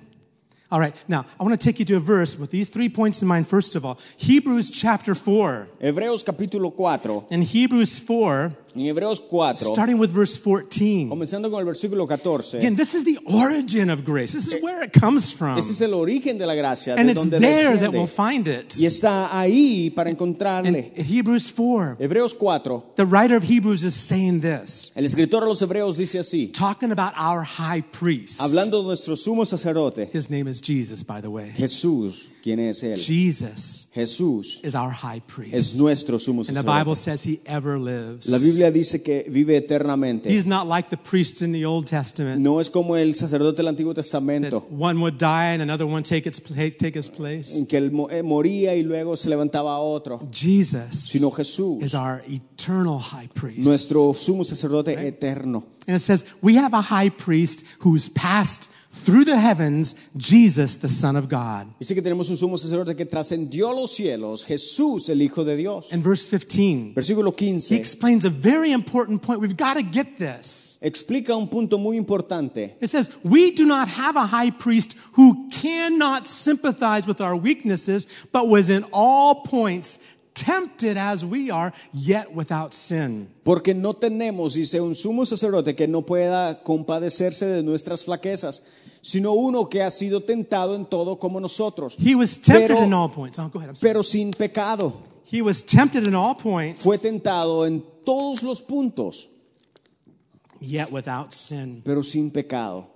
Speaker 3: All right, now I want to take you to a verse with these three points in mind. First of all, Hebrews chapter 4.
Speaker 4: Hebreos capítulo 4.
Speaker 3: In Hebrews 4,
Speaker 4: En Hebreos 4,
Speaker 3: starting with verse 14.
Speaker 4: comenzando con el versículo 14.
Speaker 3: Again, this is the origin of grace. This
Speaker 4: Eh,
Speaker 3: is where it comes from.
Speaker 4: Ese es el origen de la gracia,
Speaker 3: And
Speaker 4: de
Speaker 3: it's
Speaker 4: donde
Speaker 3: there that we'll
Speaker 4: desciende.
Speaker 3: find it.
Speaker 4: Y está ahí para
Speaker 3: In
Speaker 4: encontrarle.
Speaker 3: in Hebrews 4,
Speaker 4: Hebreos 4.
Speaker 3: the writer of Hebrews is saying this,
Speaker 4: El escritor a los Hebreos dice así,
Speaker 3: talking about our high priest.
Speaker 4: hablando de nuestro sumo sacerdote,
Speaker 3: His name is Jesus, by the way.
Speaker 4: Jesús, ¿quién es él?
Speaker 3: Jesus
Speaker 4: Jesús
Speaker 3: is our high
Speaker 4: es
Speaker 3: priest.
Speaker 4: nuestro sumo
Speaker 3: And the Bible
Speaker 4: sacerdote.
Speaker 3: says he ever lives.
Speaker 4: La Biblia dice que vive eternamente.
Speaker 3: He's not like the priest in the Old Testament.
Speaker 4: No es como el sacerdote del Antiguo Testamento,
Speaker 3: That one would die and another one take, its, pla- take his place.
Speaker 4: en que él mo- eh, moría y luego se levantaba a otro,
Speaker 3: Jesus
Speaker 4: sino Jesús,
Speaker 3: is our eternal high priest.
Speaker 4: nuestro sumo sacerdote eterno.
Speaker 3: And it says, We have a high priest who's passed through the heavens, Jesus, the Son of God.
Speaker 4: Dice que tenemos un sumo sacerdote que trascendió los cielos, Jesús, el Hijo de Dios.
Speaker 3: In verse 15,
Speaker 4: Versículo
Speaker 3: he
Speaker 4: 15
Speaker 3: explains a very important point. We've got to get this.
Speaker 4: explica un punto muy importante.
Speaker 3: It says, We do not have a high priest who cannot sympathize with our weaknesses, but was in all points tempted as we are, yet without sin.
Speaker 4: Porque no tenemos, dice, un sumo sacerdote que no pueda compadecerse de nuestras flaquezas, sino uno que ha sido tentado en todo como nosotros,
Speaker 3: He was tempted
Speaker 4: Pero-
Speaker 3: in all points. Oh, go ahead. I'm sorry.
Speaker 4: pero sin pecado.
Speaker 3: He was tempted in all points,
Speaker 4: Fue tentado en todos los puntos,
Speaker 3: yet without sin.
Speaker 4: pero sin pecado.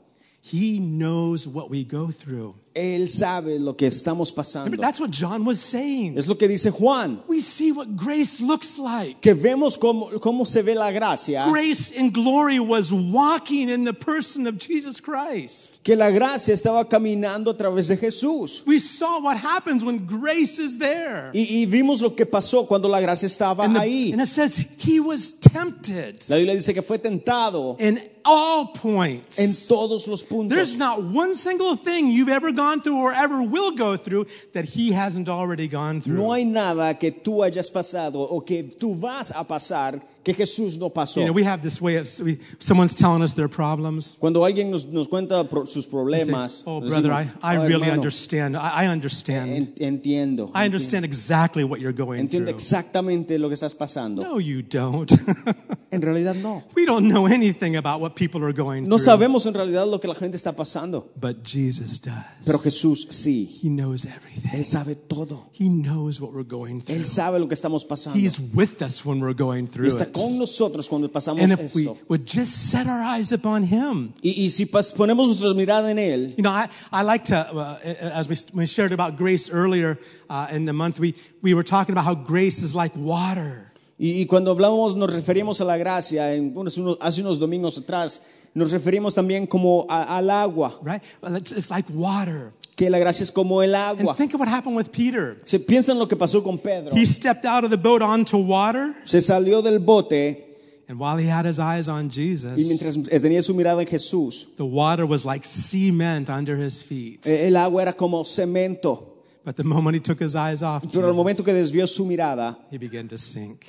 Speaker 3: He knows what we go through.
Speaker 4: Él sabe lo que estamos pasando.
Speaker 3: Remember, that's what John was saying.
Speaker 4: Es lo que dice Juan,
Speaker 3: We see what grace looks like.
Speaker 4: que vemos cómo, cómo se ve la gracia,
Speaker 3: Grace and glory was walking in the person of Jesus Christ.
Speaker 4: que la gracia estaba caminando a través de Jesús.
Speaker 3: We saw what happens when grace is there.
Speaker 4: Y, y vimos lo que pasó cuando la gracia estaba
Speaker 3: And, the-
Speaker 4: ahí.
Speaker 3: and it says he was tempted
Speaker 4: La Biblia dice que fue tentado
Speaker 3: in all
Speaker 4: en
Speaker 3: points.
Speaker 4: todos los puntos.
Speaker 3: There's not one single thing you've ever gone through or ever will go through that he hasn't already gone through.
Speaker 4: No hay nada que tú hayas pasado o que tú vas a pasar que Jesús no pasó.
Speaker 3: you know, we have this way of we, someone's telling us their problems.
Speaker 4: Cuando alguien nos, nos cuenta pro- sus
Speaker 3: They say,
Speaker 4: problemas,
Speaker 3: oh,
Speaker 4: decimos,
Speaker 3: brother, I, I
Speaker 4: "Oh,
Speaker 3: really
Speaker 4: hermano,
Speaker 3: understand. I, I understand.
Speaker 4: en- entiendo.
Speaker 3: I understand exactly what you're going
Speaker 4: Entiendo
Speaker 3: through.
Speaker 4: exactamente lo que estás pasando.
Speaker 3: No, you don't.
Speaker 4: En realidad no.
Speaker 3: we don't know anything about what people are going
Speaker 4: No
Speaker 3: through.
Speaker 4: sabemos en realidad lo que la gente está pasando,
Speaker 3: But Jesus does.
Speaker 4: pero Jesús sí.
Speaker 3: he knows everything.
Speaker 4: Él sabe todo.
Speaker 3: He knows what we're going through.
Speaker 4: Él sabe lo que estamos pasando.
Speaker 3: He's with us when we're going
Speaker 4: Y
Speaker 3: through
Speaker 4: está
Speaker 3: it.
Speaker 4: con nosotros cuando pasamos
Speaker 3: And if we
Speaker 4: eso.
Speaker 3: would just set our eyes upon Him.
Speaker 4: Y, y si pas- ponemos nuestra mirada en Él,
Speaker 3: You know, I, I like to, uh, as we, we shared about grace earlier uh, in the month, we, we were talking about how grace is like water.
Speaker 4: Y, y cuando hablamos, nos referimos a la gracia, en unos- unos- hace unos domingos atrás, nos referimos también como a- al agua,
Speaker 3: Right? Well, It's it's like water.
Speaker 4: que la gracia es como el agua.
Speaker 3: And think of what happened with Peter.
Speaker 4: Se piensa en lo que pasó con Pedro.
Speaker 3: He stepped out of the boat onto water,
Speaker 4: Se salió del bote
Speaker 3: and while he had his eyes on
Speaker 4: y
Speaker 3: Jesus,
Speaker 4: mientras tenía su mirada en Jesús,
Speaker 3: the water was like cement under his feet.
Speaker 4: eh, el agua era como cemento.
Speaker 3: But the moment he took his eyes off,
Speaker 4: Pero al
Speaker 3: Jesus,
Speaker 4: momento que desvió su mirada,
Speaker 3: he began to sink.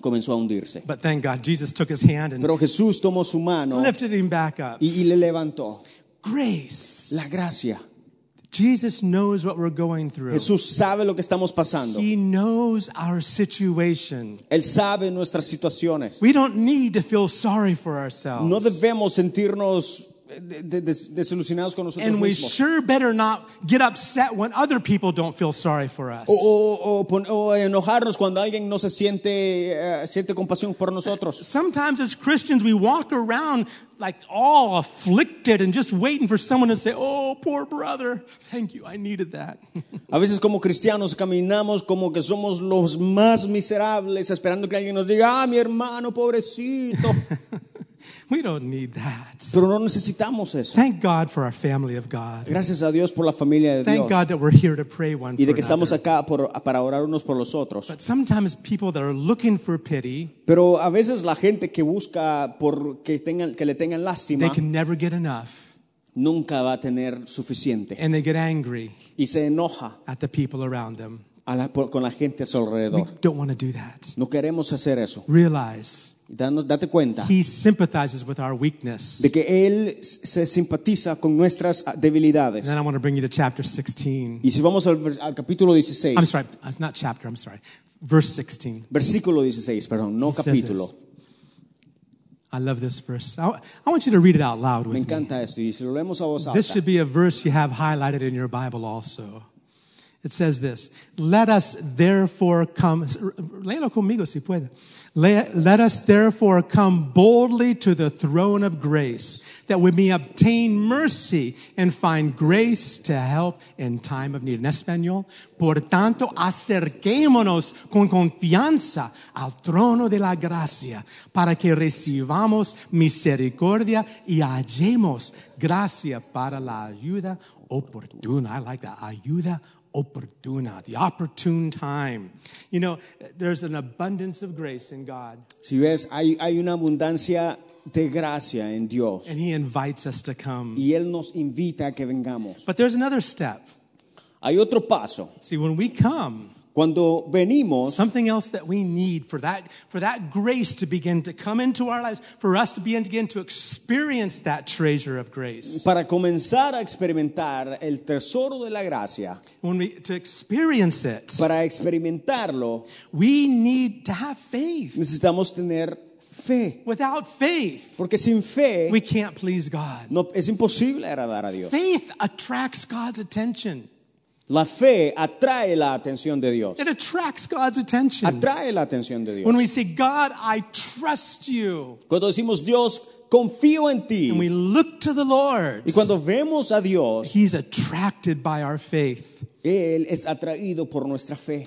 Speaker 4: comenzó a hundirse.
Speaker 3: But thank God, Jesus took his hand and
Speaker 4: Pero Jesús tomó su mano
Speaker 3: lifted him back up.
Speaker 4: y, y le levantó.
Speaker 3: Grace.
Speaker 4: La gracia.
Speaker 3: Jesus knows what we're going through.
Speaker 4: Jesús sabe lo que estamos pasando.
Speaker 3: He knows our situation.
Speaker 4: Él sabe nuestras situaciones.
Speaker 3: We don't need to feel sorry for
Speaker 4: No
Speaker 3: ourselves.
Speaker 4: debemos sentirnos eh, de- de- des- desilusionados con nosotros
Speaker 3: And we
Speaker 4: mismos.
Speaker 3: sure better not get upset when other people don't feel sorry for us.
Speaker 4: O, o- o pon- o enojarnos cuando alguien no se siente, eh, siente compasión por nosotros.
Speaker 3: Sometimes as Christians, we walk around like all afflicted and just waiting for someone to say, Oh, poor brother. Thank you. I needed that.
Speaker 4: A veces como cristianos caminamos como que somos los más miserables esperando que alguien nos diga, ah, mi hermano, pobrecito.
Speaker 3: we don't need that.
Speaker 4: Pero no necesitamos eso.
Speaker 3: Thank God for our family of God.
Speaker 4: Gracias a Dios por la familia de
Speaker 3: Thank
Speaker 4: Dios
Speaker 3: God that we're here to pray one
Speaker 4: y de
Speaker 3: for
Speaker 4: que estamos
Speaker 3: another.
Speaker 4: acá por- para orar unos por los otros.
Speaker 3: But sometimes people that are looking for pity,
Speaker 4: Pero a veces la gente que busca por que, tengan, que le tengan
Speaker 3: they
Speaker 4: lástima
Speaker 3: can never get enough
Speaker 4: nunca va a tener suficiente
Speaker 3: and they get angry
Speaker 4: y se enoja
Speaker 3: at the people around them.
Speaker 4: a la- por- con la gente a su
Speaker 3: We
Speaker 4: alrededor.
Speaker 3: don't want to do that.
Speaker 4: No queremos hacer eso.
Speaker 3: Realize
Speaker 4: Danos- date cuenta
Speaker 3: he sympathizes with our weakness.
Speaker 4: de que Él se simpatiza con nuestras debilidades.
Speaker 3: And then I want to bring you to chapter 16.
Speaker 4: Y si vamos al, vers- al capítulo
Speaker 3: I'm
Speaker 4: 16,
Speaker 3: sorry, it's not chapter, I'm sorry. Verse 16.
Speaker 4: versículo 16, perdón, no
Speaker 3: He says this.
Speaker 4: capítulo.
Speaker 3: I love this verse. I, I want you to read it out loud
Speaker 4: Me
Speaker 3: with me.
Speaker 4: encanta esto y si lo leemos a voz
Speaker 3: This
Speaker 4: alta.
Speaker 3: should be a verse you have highlighted in your Bible also. It says this Let us therefore come, léelo conmigo si puede. Le- Let us therefore come boldly to the throne of grace, that we may obtain mercy and find grace to help in time of need. En español, por tanto, acerquémonos con confianza al trono de la gracia, para que recibamos misericordia y hallemos gracia para la ayuda oportuna. I like that. Ayuda oportuna, the opportune time. You know, there's an abundance of grace in God,
Speaker 4: Si ves, hay, hay una abundancia de gracia en Dios
Speaker 3: and He invites us to come.
Speaker 4: y Él nos invita a que vengamos.
Speaker 3: But there's another step.
Speaker 4: Hay otro paso.
Speaker 3: See, when we come,
Speaker 4: Cuando venimos,
Speaker 3: something else that we need for that, for that grace to begin to come into our lives, for us to begin, begin to experience that treasure of grace.
Speaker 4: para comenzar a experimentar el tesoro de la gracia,
Speaker 3: When we, to experience it,
Speaker 4: para experimentarlo,
Speaker 3: we need to have faith.
Speaker 4: necesitamos tener fe.
Speaker 3: Without faith,
Speaker 4: Porque sin fe
Speaker 3: we can't please God.
Speaker 4: no, es imposible agradar a Dios.
Speaker 3: Faith attracts God's attention.
Speaker 4: La fe atrae la atención de Dios.
Speaker 3: It attracts God's attention.
Speaker 4: Atrae la atención de Dios.
Speaker 3: When we say, God, I trust you,
Speaker 4: Cuando decimos Dios, confío en
Speaker 3: and we
Speaker 4: ti.
Speaker 3: look to the Lord,
Speaker 4: Y cuando vemos a Dios,
Speaker 3: He's attracted by our faith.
Speaker 4: Él es atraído por nuestra fe.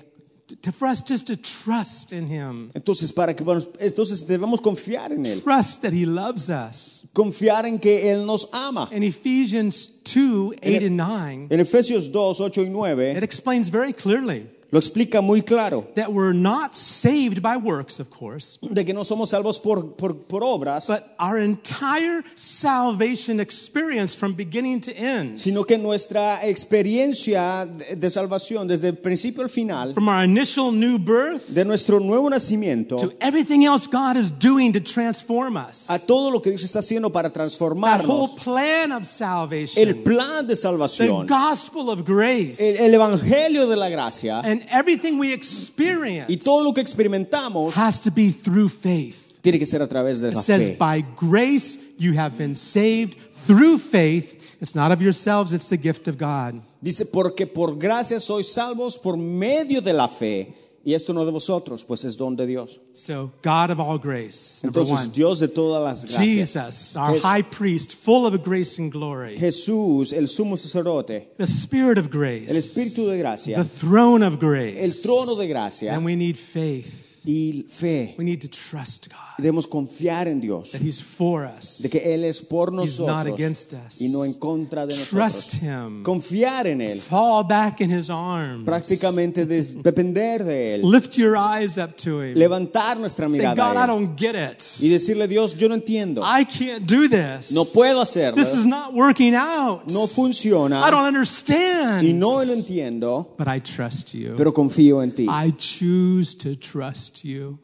Speaker 3: To- For us just to trust in Him,
Speaker 4: Entonces, para que podamos- entonces debemos confiar en Él.
Speaker 3: trust that He loves us.
Speaker 4: Confiar en que Él nos ama.
Speaker 3: In Ephesians 2 8 and 9,
Speaker 4: En Efesios 2, 8 y 9
Speaker 3: it explains very clearly
Speaker 4: lo explica muy claro.
Speaker 3: that we're not saved by works, of course,
Speaker 4: De que no somos salvos por, por, por obras,
Speaker 3: but our entire salvation experience from beginning to end.
Speaker 4: sino que nuestra experiencia de, de salvación desde el principio al final,
Speaker 3: from our initial new birth
Speaker 4: de nuestro nuevo nacimiento,
Speaker 3: to everything else God is doing to transform us.
Speaker 4: a todo lo que Dios está haciendo para
Speaker 3: That whole
Speaker 4: transformarnos,
Speaker 3: plan of
Speaker 4: el
Speaker 3: salvation,
Speaker 4: plan de
Speaker 3: the
Speaker 4: salvación,
Speaker 3: gospel of grace,
Speaker 4: el, el evangelio de la gracia
Speaker 3: and everything we
Speaker 4: y
Speaker 3: experience
Speaker 4: todo lo que experimentamos
Speaker 3: has to be through faith.
Speaker 4: tiene que ser a través de
Speaker 3: It
Speaker 4: la
Speaker 3: says,
Speaker 4: fe.
Speaker 3: by grace you have been saved through faith. It's not of yourselves, it's the gift of God.
Speaker 4: Dice, porque por gracia sois salvos por medio de la fe. Y esto no de vosotros, pues es don de Dios.
Speaker 3: So, God of all grace. Number
Speaker 4: Entonces,
Speaker 3: one,
Speaker 4: Dios de todas las gracias.
Speaker 3: Jesus, our
Speaker 4: Jes-
Speaker 3: high priest, full of grace and glory.
Speaker 4: Jesús, el sumo sacerdote,
Speaker 3: The spirit of grace.
Speaker 4: el espíritu de
Speaker 3: the
Speaker 4: gracia,
Speaker 3: throne of grace.
Speaker 4: el trono de gracia
Speaker 3: And we need faith.
Speaker 4: y fe.
Speaker 3: We need to trust God
Speaker 4: Debemos confiar en Dios,
Speaker 3: that He's for us.
Speaker 4: de que Él es por
Speaker 3: He's not
Speaker 4: nosotros
Speaker 3: against us.
Speaker 4: y no en contra de
Speaker 3: Trust
Speaker 4: nosotros.
Speaker 3: Him.
Speaker 4: Confiar en Él,
Speaker 3: Fall back in His arms.
Speaker 4: prácticamente de- depender de Él,
Speaker 3: Lift your eyes up to Him.
Speaker 4: levantar nuestra
Speaker 3: Say, God,
Speaker 4: mirada a
Speaker 3: I
Speaker 4: Él
Speaker 3: don't get
Speaker 4: y
Speaker 3: it.
Speaker 4: decirle, Dios, yo no entiendo,
Speaker 3: I can't do this.
Speaker 4: no puedo hacerlo,
Speaker 3: This is not working out. I
Speaker 4: no
Speaker 3: don't
Speaker 4: funciona
Speaker 3: understand.
Speaker 4: y no lo entiendo,
Speaker 3: But I trust you.
Speaker 4: pero confío en ti.
Speaker 3: I choose to trust you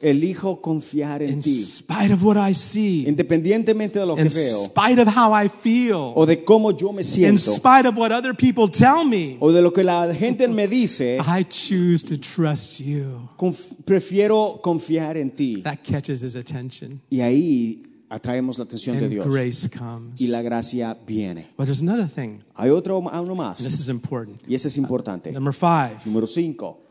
Speaker 4: Elijo confiar en
Speaker 3: in
Speaker 4: ti,
Speaker 3: spite of what I see.
Speaker 4: independientemente de lo que
Speaker 3: in
Speaker 4: veo
Speaker 3: spite of how I feel,
Speaker 4: o de cómo yo me
Speaker 3: in
Speaker 4: siento
Speaker 3: spite of what other people tell me,
Speaker 4: o de lo que la gente me dice,
Speaker 3: I choose to trust you.
Speaker 4: conf- prefiero confiar en ti.
Speaker 3: That catches his attention.
Speaker 4: Y ahí atraemos la atención de
Speaker 3: And
Speaker 4: Dios
Speaker 3: grace comes.
Speaker 4: y la gracia viene.
Speaker 3: But there's another thing,
Speaker 4: Hay otro a uno
Speaker 3: and
Speaker 4: más
Speaker 3: this is important.
Speaker 4: y ese es importante.
Speaker 3: Number five,
Speaker 4: Número 5,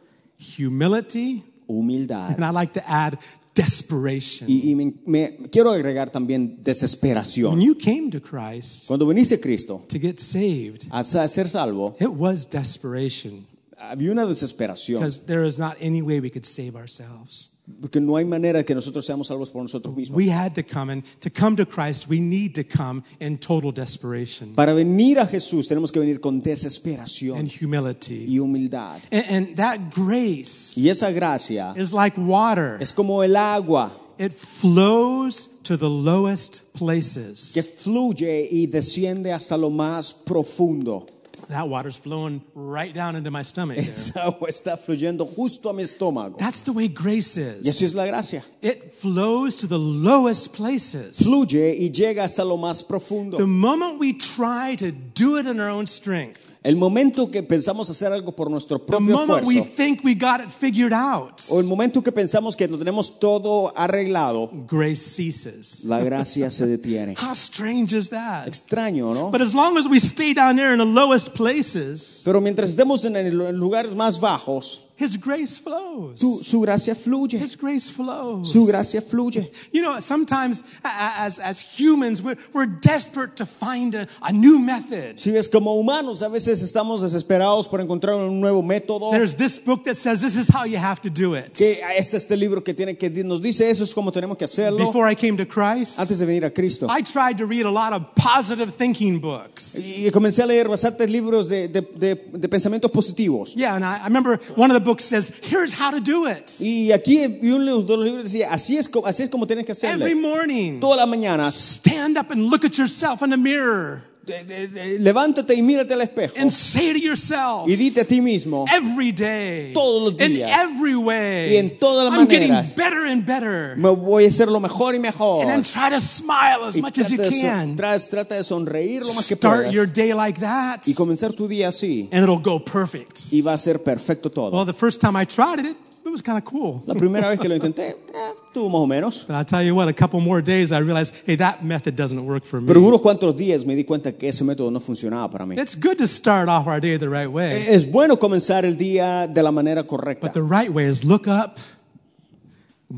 Speaker 3: humility.
Speaker 4: humildad.
Speaker 3: And I like to add desperation.
Speaker 4: Y, y me, me- quiero agregar también
Speaker 3: When
Speaker 4: desesperación.
Speaker 3: you came to Christ
Speaker 4: Cuando viniste a Cristo
Speaker 3: to get saved,
Speaker 4: a sa- a ser salvo,
Speaker 3: it was desperation
Speaker 4: había una desesperación
Speaker 3: because there is not any way we could save ourselves.
Speaker 4: porque no hay manera que nosotros seamos salvos por nosotros mismos.
Speaker 3: We had to come, and to come to Christ, we need to come in total desperation.
Speaker 4: Para venir a Jesús tenemos que venir con
Speaker 3: and
Speaker 4: desesperación
Speaker 3: humility.
Speaker 4: y humildad.
Speaker 3: And, and that grace
Speaker 4: Y esa gracia
Speaker 3: is like water,
Speaker 4: es como el agua
Speaker 3: it flows to the lowest
Speaker 4: que
Speaker 3: places.
Speaker 4: fluye y desciende hasta lo más profundo.
Speaker 3: That water's flowing right down into my stomach. there.
Speaker 4: Esa agua está fluyendo justo a mi estómago.
Speaker 3: That's the way grace
Speaker 4: Y
Speaker 3: is.
Speaker 4: así es la gracia.
Speaker 3: It flows to the lowest places.
Speaker 4: Fluye y llega hasta lo más profundo.
Speaker 3: The moment we try to do it in our own strength,
Speaker 4: El momento que pensamos hacer algo por nuestro
Speaker 3: the
Speaker 4: propio
Speaker 3: moment we
Speaker 4: esfuerzo,
Speaker 3: think we got it figured out,
Speaker 4: o el momento que pensamos que lo tenemos todo arreglado,
Speaker 3: grace ceases.
Speaker 4: la gracia se detiene.
Speaker 3: How strange is that?
Speaker 4: Extraño, ¿no?
Speaker 3: But as long as we stay down there in the lowest places,
Speaker 4: Pero mientras estemos en el- en lugares más bajos,
Speaker 3: His grace
Speaker 4: tu-
Speaker 3: flows.
Speaker 4: su gracia fluye.
Speaker 3: His grace flows.
Speaker 4: Su gracia fluye.
Speaker 3: You know, sometimes a- a- as, as humans, we're, we're desperate to find a, a new method.
Speaker 4: Si ves, como humanos a veces estamos desesperados por encontrar un nuevo método.
Speaker 3: There's this book that says this is how you have to do it.
Speaker 4: Que este este libro que tiene que nos dice eso es como tenemos que hacerlo.
Speaker 3: Before I came to Christ,
Speaker 4: Antes de venir a Cristo.
Speaker 3: I tried to read a lot of positive thinking books.
Speaker 4: Y comencé a leer bastantes libros de, de- de- de pensamientos positivos.
Speaker 3: Yeah, and I, I remember one of the books says, here's how to do it.
Speaker 4: Y aquí vi uno de los dos libros decía, así es, co- así es como tienes que
Speaker 3: Every
Speaker 4: hacerlo.
Speaker 3: morning,
Speaker 4: Todas las mañanas,
Speaker 3: stand up and look at yourself in the mirror
Speaker 4: de- de- de- eh, levántate y mírate al espejo.
Speaker 3: and say to yourself,
Speaker 4: Y dite a ti mismo,
Speaker 3: every day,
Speaker 4: Todos los
Speaker 3: in
Speaker 4: días.
Speaker 3: every
Speaker 4: Y
Speaker 3: way,
Speaker 4: en todas las
Speaker 3: I'm getting
Speaker 4: maneras.
Speaker 3: better and better.
Speaker 4: me voy a hacer lo mejor y mejor.
Speaker 3: And then try to smile as
Speaker 4: Y
Speaker 3: much as you
Speaker 4: trata, de, son-
Speaker 3: can.
Speaker 4: tras- trata de sonreír lo más que
Speaker 3: Start your
Speaker 4: puedas.
Speaker 3: day like that,
Speaker 4: Y comenzar tu día así.
Speaker 3: and it'll go perfect.
Speaker 4: Y va a ser perfecto todo.
Speaker 3: Well, the first time I tried it, it, it was kind of cool.
Speaker 4: La primera vez que lo intenté, eh, estuvo más o menos.
Speaker 3: But I'll tell you what, a couple more days, I realized, hey, that method doesn't work for
Speaker 4: Pero
Speaker 3: me.
Speaker 4: unos cuantos días me di cuenta que ese método no funcionaba para mí.
Speaker 3: It's good to start off our day the right way.
Speaker 4: Es bueno comenzar el día de la manera correcta.
Speaker 3: But the right way is look up,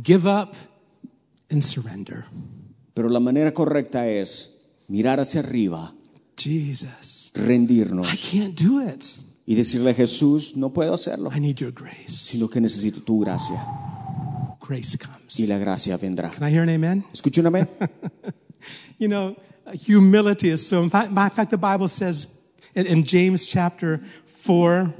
Speaker 3: give up, and surrender.
Speaker 4: Pero la manera correcta es mirar hacia arriba,
Speaker 3: Jesus, I
Speaker 4: rendirnos
Speaker 3: can't do it.
Speaker 4: y decirle a Jesús, no puedo hacerlo,
Speaker 3: I need your grace.
Speaker 4: sino que necesito tu gracia.
Speaker 3: Grace
Speaker 4: Y
Speaker 3: comes.
Speaker 4: la gracia vendrá.
Speaker 3: Can I hear an amen?
Speaker 4: Escuchen amén.
Speaker 3: You know, humility is so. In fact, in fact, the Bible says in, in James chapter 4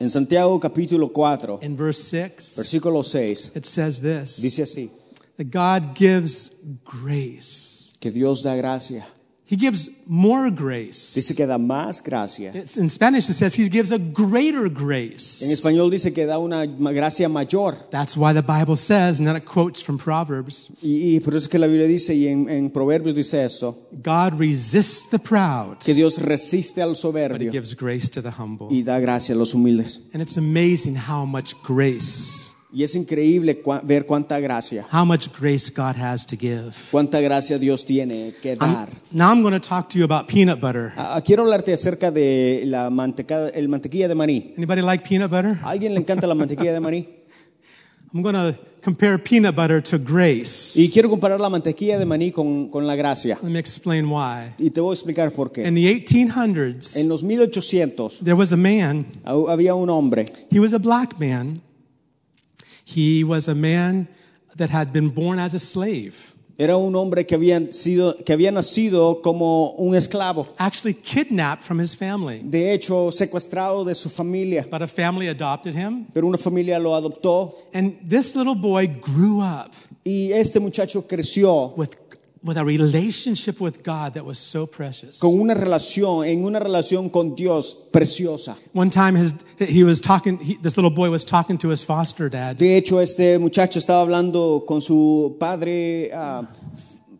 Speaker 4: En Santiago capítulo 4,
Speaker 3: and verse 6,
Speaker 4: versículo 6,
Speaker 3: it says this
Speaker 4: dice así,
Speaker 3: that God gives grace.
Speaker 4: que Dios da gracia.
Speaker 3: He gives more grace.
Speaker 4: Dice que da más gracia.
Speaker 3: It's, in Spanish, it says He gives a greater
Speaker 4: En
Speaker 3: grace.
Speaker 4: español dice que da una ma- gracia mayor.
Speaker 3: That's why the Bible says, and then it quotes from Proverbs
Speaker 4: Y, y por eso es que la Biblia dice, y en, en Proverbios dice esto,
Speaker 3: God resists the proud,
Speaker 4: que Dios resiste al
Speaker 3: but He
Speaker 4: soberbio
Speaker 3: gives grace to the humble.
Speaker 4: y da gracia a los humildes.
Speaker 3: And it's amazing how much grace,
Speaker 4: Y es increíble cua- ver cuánta gracia,
Speaker 3: how much grace God has to give.
Speaker 4: cuánta gracia Dios tiene que
Speaker 3: I'm-
Speaker 4: dar.
Speaker 3: now I'm going to talk to you about peanut butter.
Speaker 4: Ah, ah, quiero hablarte acerca de la manteca, el mantequilla de maní.
Speaker 3: Anybody like peanut butter?
Speaker 4: ¿A alguien le encanta la mantequilla de maní?
Speaker 3: I'm going to compare peanut butter to grace.
Speaker 4: Y quiero comparar la mantequilla de maní con, con la gracia.
Speaker 3: Let me explain why.
Speaker 4: Y te voy a explicar por qué.
Speaker 3: In the 1800s,
Speaker 4: En los 1800
Speaker 3: there was a man.
Speaker 4: hab- había un hombre
Speaker 3: He was a black man. He was a man that had been born as a slave,
Speaker 4: Era un hombre que había, sido, que había nacido como un esclavo.
Speaker 3: actually kidnapped from his family.
Speaker 4: De hecho, secuestrado de su familia.
Speaker 3: But a family adopted him.
Speaker 4: Pero una familia lo adoptó
Speaker 3: And this little boy grew up
Speaker 4: y este muchacho creció
Speaker 3: with, with a relationship with God that was so precious.
Speaker 4: con una relación, en una relación con Dios preciosa.
Speaker 3: One time, his, he was talking, he, this little boy was talking to his foster dad,
Speaker 4: De hecho, este muchacho estaba hablando con su padre, ah,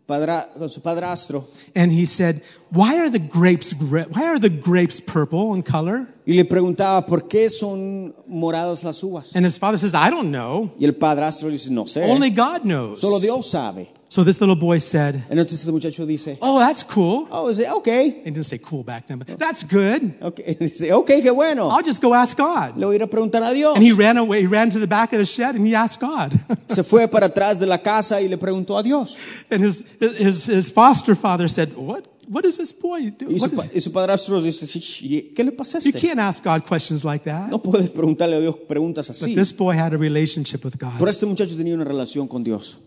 Speaker 4: padra- con su padrastro,
Speaker 3: and he said, Why are the grapes, gre- why are the grapes purple in color?
Speaker 4: y le preguntaba por qué son moradas las uvas.
Speaker 3: And his father says, I don't know.
Speaker 4: Y el padrastro le dice, no sé,
Speaker 3: Only God knows.
Speaker 4: solo Dios sabe.
Speaker 3: So this little boy said,
Speaker 4: Entonces el muchacho dice,
Speaker 3: Oh, that's cool.
Speaker 4: oh, dice, ok,
Speaker 3: He didn't say cool back then, but that's good.
Speaker 4: ok, dice, ok, qué bueno.
Speaker 3: I'll just go ask God.
Speaker 4: Le voy a ir a preguntar a Dios.
Speaker 3: And he ran away. He ran to the back of the shed and he asked God.
Speaker 4: Se fue para atrás de la casa y le preguntó a Dios.
Speaker 3: and his, his, his foster father said, What, what is this boy doing?
Speaker 4: Y
Speaker 3: What
Speaker 4: su,
Speaker 3: is-
Speaker 4: pa- y su padrastro dice, "Sí, ¿qué le pasa a
Speaker 3: you
Speaker 4: este?
Speaker 3: can't ask God questions like that.
Speaker 4: No puedes preguntarle a Dios preguntas
Speaker 3: But
Speaker 4: así.
Speaker 3: this boy had a relationship with God.
Speaker 4: Pero este muchacho tenía una relación con Dios.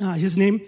Speaker 3: Uh, his name,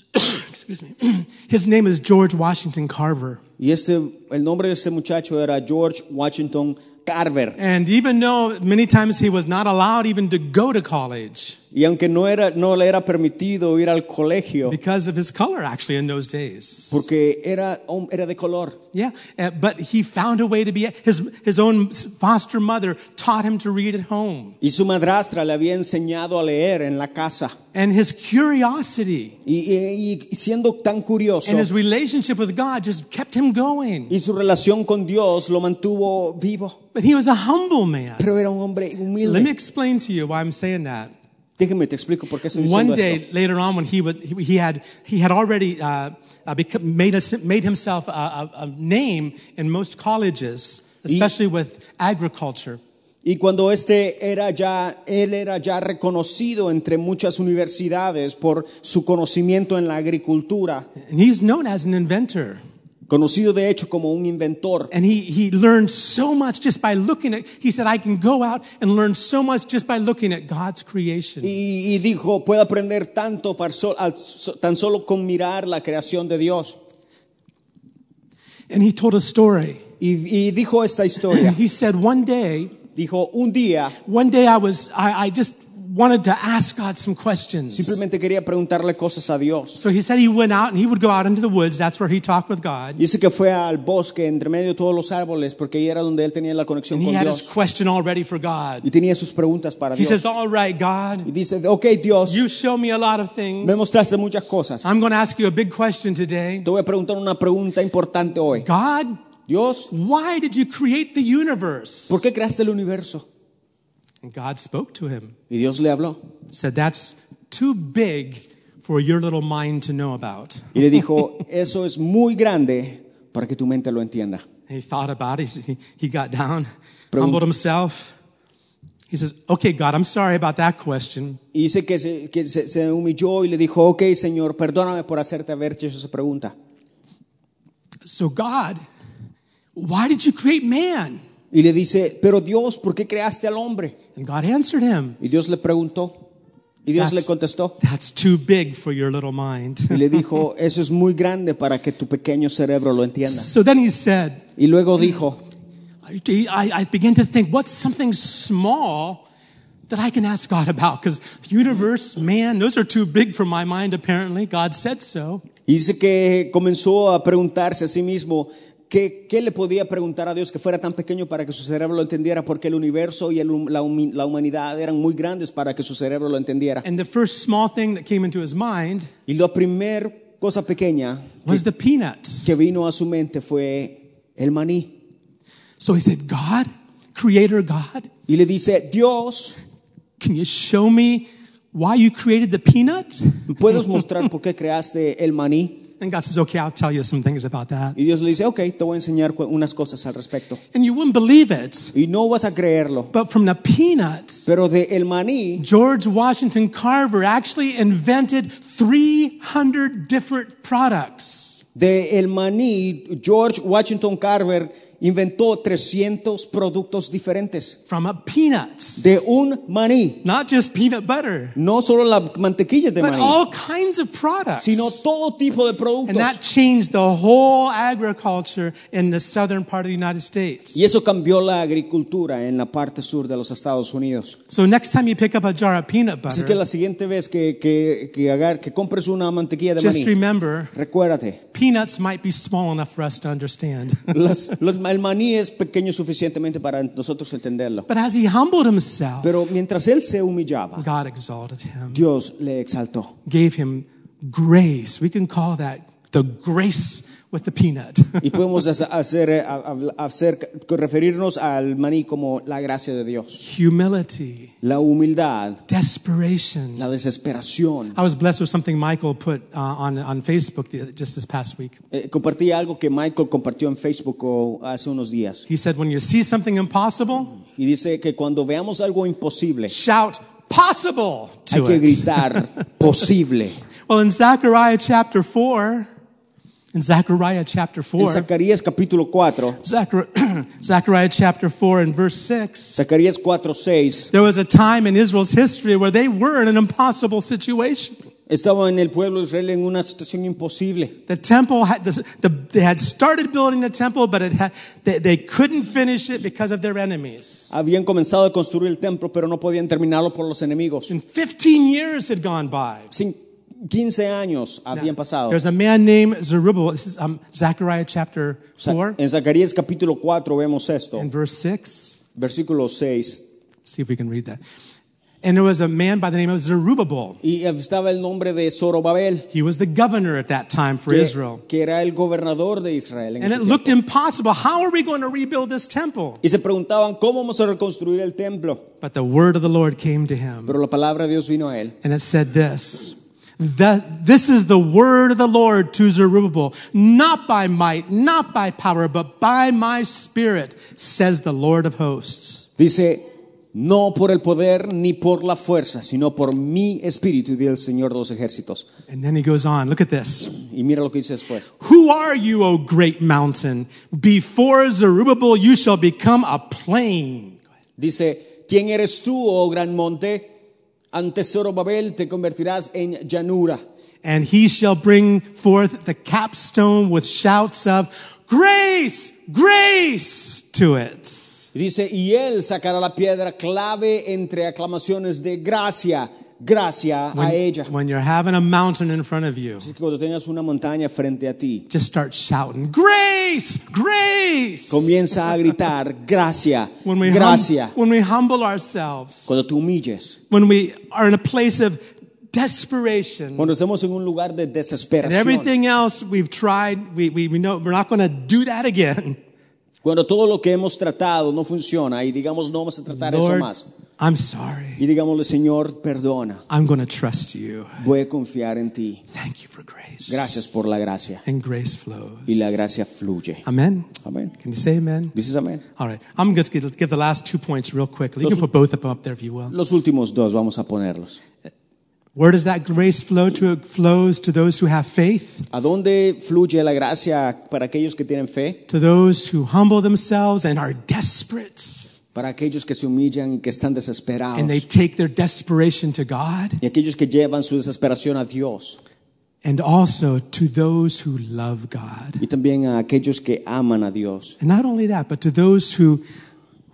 Speaker 3: excuse me, his name is George Washington Carver.
Speaker 4: Y este, el nombre de este muchacho era George Washington Carver.
Speaker 3: And even though many times he was not allowed even to go to college
Speaker 4: Y aunque no, era, no le era permitido ir al colegio,
Speaker 3: because of his color, actually, in those days.
Speaker 4: porque era, hom- era de color.
Speaker 3: Yeah, uh, but he found a way to be. His, his own foster mother taught him to read at home.
Speaker 4: Y su madrastra le había enseñado a leer en la casa.
Speaker 3: And his curiosity
Speaker 4: Y, y- y siendo tan curioso,
Speaker 3: and his relationship with God just kept him going.
Speaker 4: y su relación con Dios lo mantuvo vivo.
Speaker 3: But he was a humble man.
Speaker 4: Pero era un hombre
Speaker 3: Let me
Speaker 4: humilde.
Speaker 3: explain to you why I'm saying that.
Speaker 4: Déjeme, te explico por qué estoy
Speaker 3: One
Speaker 4: diciendo esto.
Speaker 3: day later on, when he, was, he, he had, he had already uh, uh, become, made, us, made himself a, a, a name in most colleges, especially with agriculture.
Speaker 4: Y cuando este era ya, él era ya reconocido entre muchas universidades por su conocimiento en la agricultura,
Speaker 3: And he's known as an inventor.
Speaker 4: conocido de hecho como un inventor.
Speaker 3: And he, he learned so much just by looking at, he said, I can go out and learn so much just by looking at God's creation.
Speaker 4: Y, y dijo, puedo aprender tanto par sol- al- so- tan solo con mirar la creación de Dios.
Speaker 3: And he told a story.
Speaker 4: Y, y dijo esta historia.
Speaker 3: He said, one day,
Speaker 4: dijo, un día
Speaker 3: one day I was, I, I just wanted to ask God some questions.
Speaker 4: simplemente quería preguntarle cosas a Dios.
Speaker 3: So he said he went out and he would go out into the woods. That's where he talked with God.
Speaker 4: Y dice que fue al bosque entre medio de todos los árboles porque ahí era donde él tenía la conexión
Speaker 3: And he
Speaker 4: con
Speaker 3: had his
Speaker 4: Dios.
Speaker 3: question all ready for God.
Speaker 4: Y tenía sus preguntas para
Speaker 3: He says,
Speaker 4: Dios.
Speaker 3: all right,
Speaker 4: Y
Speaker 3: God,
Speaker 4: dice, ok Dios,
Speaker 3: you Ah. show me a lot of
Speaker 4: me
Speaker 3: things.
Speaker 4: mostraste muchas cosas.
Speaker 3: I'm going to ask you a big question today.
Speaker 4: Te voy a preguntar una pregunta importante hoy.
Speaker 3: God,
Speaker 4: Dios,
Speaker 3: why did you create the universe?
Speaker 4: ¿por qué creaste el universo?
Speaker 3: And God spoke to him.
Speaker 4: Y Dios le habló
Speaker 3: said, That's too big for your little mind to know about.
Speaker 4: y le dijo, eso es muy grande para que tu mente lo entienda.
Speaker 3: And he thought about it. He, he got down,
Speaker 4: Pregun-
Speaker 3: humbled himself. He says, Okay, God, I'm sorry about that question.
Speaker 4: Y dice que, se, que se- se humilló y le dijo, ok Señor, perdóname por hacerte haber hecho esa pregunta.
Speaker 3: So, God, why did you create man?
Speaker 4: Y le dice, pero Dios, ¿por qué creaste al hombre?
Speaker 3: And God answered him,
Speaker 4: Y Dios le preguntó y Dios le
Speaker 3: That's-
Speaker 4: contestó
Speaker 3: That's too big for your little
Speaker 4: y
Speaker 3: mind.
Speaker 4: le dijo, eso es muy grande para que tu pequeño cerebro lo entienda.
Speaker 3: so then he said,
Speaker 4: Y luego dijo,
Speaker 3: I, I I began to think, what's something small that I can ask God about? Because universe, man, those are too big for my mind, apparently. God said so.
Speaker 4: y dice que comenzó a preguntarse a sí mismo, ¿qué, qué le podía preguntar a Dios que fuera tan pequeño para que su cerebro lo entendiera? Porque el universo y el hum- la, humi- la humanidad eran muy grandes para que su cerebro lo entendiera.
Speaker 3: And the first small thing that came into his mind
Speaker 4: Y la primer cosa pequeña
Speaker 3: was the peanuts.
Speaker 4: que vino a su mente fue el maní.
Speaker 3: So he said, God, creator God,
Speaker 4: Y le dice, Dios,
Speaker 3: can you show me why you created the peanut?
Speaker 4: ¿puedes mostrar por qué creaste el maní?
Speaker 3: And God says, okay, I'll tell you some things about that.
Speaker 4: Y Dios le dice, ok, te voy a enseñar cu- unas cosas al respecto.
Speaker 3: And you wouldn't believe it,
Speaker 4: Y no vas a creerlo,
Speaker 3: but from the peanut,
Speaker 4: pero de el maní,
Speaker 3: George Washington Carver actually invented 300 different products.
Speaker 4: de el maní, George Washington Carver inventó 300 productos diferentes.
Speaker 3: From a peanut,
Speaker 4: De un maní,
Speaker 3: not just peanut butter,
Speaker 4: no solo las mantequillas de
Speaker 3: but
Speaker 4: maní,
Speaker 3: all kinds of products.
Speaker 4: sino todo tipo de
Speaker 3: And that
Speaker 4: productos.
Speaker 3: changed the whole agriculture in the southern part of the United States.
Speaker 4: Y eso cambió la agricultura en la parte sur de los Estados Unidos.
Speaker 3: So next time you pick up a jar of peanut
Speaker 4: Así que
Speaker 3: butter,
Speaker 4: la siguiente vez que, que, que, agar- que compres una mantequilla de
Speaker 3: just
Speaker 4: maní,
Speaker 3: remember
Speaker 4: recuérdate,
Speaker 3: peanuts might be small enough for us to understand.
Speaker 4: Las- los- el maní es pequeño suficientemente para nosotros entenderlo.
Speaker 3: But as he humbled himself,
Speaker 4: Pero mientras él se humillaba,
Speaker 3: God exalted him,
Speaker 4: Dios le exaltó.
Speaker 3: gave him grace. We can call that the grace with the peanut.
Speaker 4: Y podemos hacer, hacer, eh, habl- hacer- referirnos al maní como la gracia de Dios.
Speaker 3: Humility,
Speaker 4: La humildad,
Speaker 3: desperation.
Speaker 4: la desesperación.
Speaker 3: I was blessed with something Michael put uh, on, on Facebook the, just this past week.
Speaker 4: Eh, compartí algo que Michael compartió en Facebook o- hace unos días.
Speaker 3: He said, When you see something impossible,
Speaker 4: Y dice que cuando veamos algo imposible,
Speaker 3: shout possible
Speaker 4: hay
Speaker 3: to
Speaker 4: que
Speaker 3: it.
Speaker 4: gritar posible.
Speaker 3: Well, in Zechariah chapter 4, in Zechariah chapter
Speaker 4: En
Speaker 3: 4,
Speaker 4: Zacarías capítulo 4,
Speaker 3: Zechariah, Zechariah chapter 4 and verse 6,
Speaker 4: Zacarías 4, 6,
Speaker 3: there was a time in Israel's history where they were in an impossible situation.
Speaker 4: Estaba en el pueblo de Israel en una situación imposible.
Speaker 3: The temple had, the, the, they had started building the temple, but it had, they, they couldn't finish it because of their enemies.
Speaker 4: Habían comenzado a construir el templo, pero no podían terminarlo por los enemigos.
Speaker 3: And 15 years had gone by.
Speaker 4: Sin 15 años habían pasado.
Speaker 3: There's a man named Zerubbabel. This is um, Zechariah chapter
Speaker 4: Sa-
Speaker 3: 4
Speaker 4: En Zacarías capítulo 4 vemos esto,
Speaker 3: and verse 6.
Speaker 4: versículo 6.
Speaker 3: See if we can read that. And there was a man by the name of Zerubbabel.
Speaker 4: Y estaba el nombre de Zorobabel,
Speaker 3: He was the governor at that time for
Speaker 4: que,
Speaker 3: Israel.
Speaker 4: que era el gobernador de Israel. en
Speaker 3: And
Speaker 4: ese
Speaker 3: it
Speaker 4: tiempo.
Speaker 3: looked impossible. How are we going to rebuild this temple?
Speaker 4: Y se preguntaban, ¿cómo vamos a reconstruir el templo?
Speaker 3: But the word of the Lord came to him.
Speaker 4: Pero la palabra de Dios vino a él.
Speaker 3: And it said this that this is the word of the Lord to Zerubbabel, not by might, not by power, but by my spirit, says the Lord of hosts.
Speaker 4: Dice, no por el poder ni por la fuerza, sino por mi espíritu y del Señor de los ejércitos.
Speaker 3: And then he goes on, look at this.
Speaker 4: Y mira lo que dice después.
Speaker 3: Who are you, O great mountain? Before Zerubbabel, you shall become a plain.
Speaker 4: Dice, ¿quién eres tú, oh gran monte? Ante Zorobabel te convertirás en llanura.
Speaker 3: And he shall bring forth the capstone with shouts of grace, grace to it.
Speaker 4: Dice, y él sacará la piedra clave entre aclamaciones de gracia, gracia a ella.
Speaker 3: When you're having a mountain in front of you,
Speaker 4: Así que cuando tengas una montaña frente a ti,
Speaker 3: just start shouting, grace, grace.
Speaker 4: comienza a gritar, gracia,
Speaker 3: When we, hum-
Speaker 4: gracia.
Speaker 3: when we humble ourselves,
Speaker 4: Cuando te humilles,
Speaker 3: when we are in a place of desperation,
Speaker 4: cuando estemos en un lugar de
Speaker 3: and
Speaker 4: desesperación.
Speaker 3: everything else we've tried, we, we, we know we're not going to do that again.
Speaker 4: Cuando todo lo que hemos tratado no funciona y digamos no vamos a tratar eso
Speaker 3: Lord,
Speaker 4: más.
Speaker 3: I'm sorry.
Speaker 4: Y digámosle, Señor, perdona,
Speaker 3: I'm going to trust you.
Speaker 4: voy a confiar en ti.
Speaker 3: Thank you for grace.
Speaker 4: Gracias por la gracia.
Speaker 3: And grace flows.
Speaker 4: Y la gracia fluye.
Speaker 3: Amen.
Speaker 4: Amén.
Speaker 3: Can you say amen?
Speaker 4: Dices amén.
Speaker 3: All right. I'm going to give the last two points real quickly. You can put both of them up there if you will.
Speaker 4: Los últimos dos vamos a ponerlos.
Speaker 3: Where does that grace flow to? It flows to those who have faith,
Speaker 4: ¿A dónde fluye la gracia para aquellos que tienen fe?
Speaker 3: to those who humble themselves and are desperate,
Speaker 4: Para aquellos que se humillan y que están desesperados.
Speaker 3: and they take their desperation to God,
Speaker 4: Y aquellos que llevan su desesperación a Dios.
Speaker 3: and also to those who love God.
Speaker 4: Y también a aquellos que aman a Dios.
Speaker 3: And not only that, but to those who,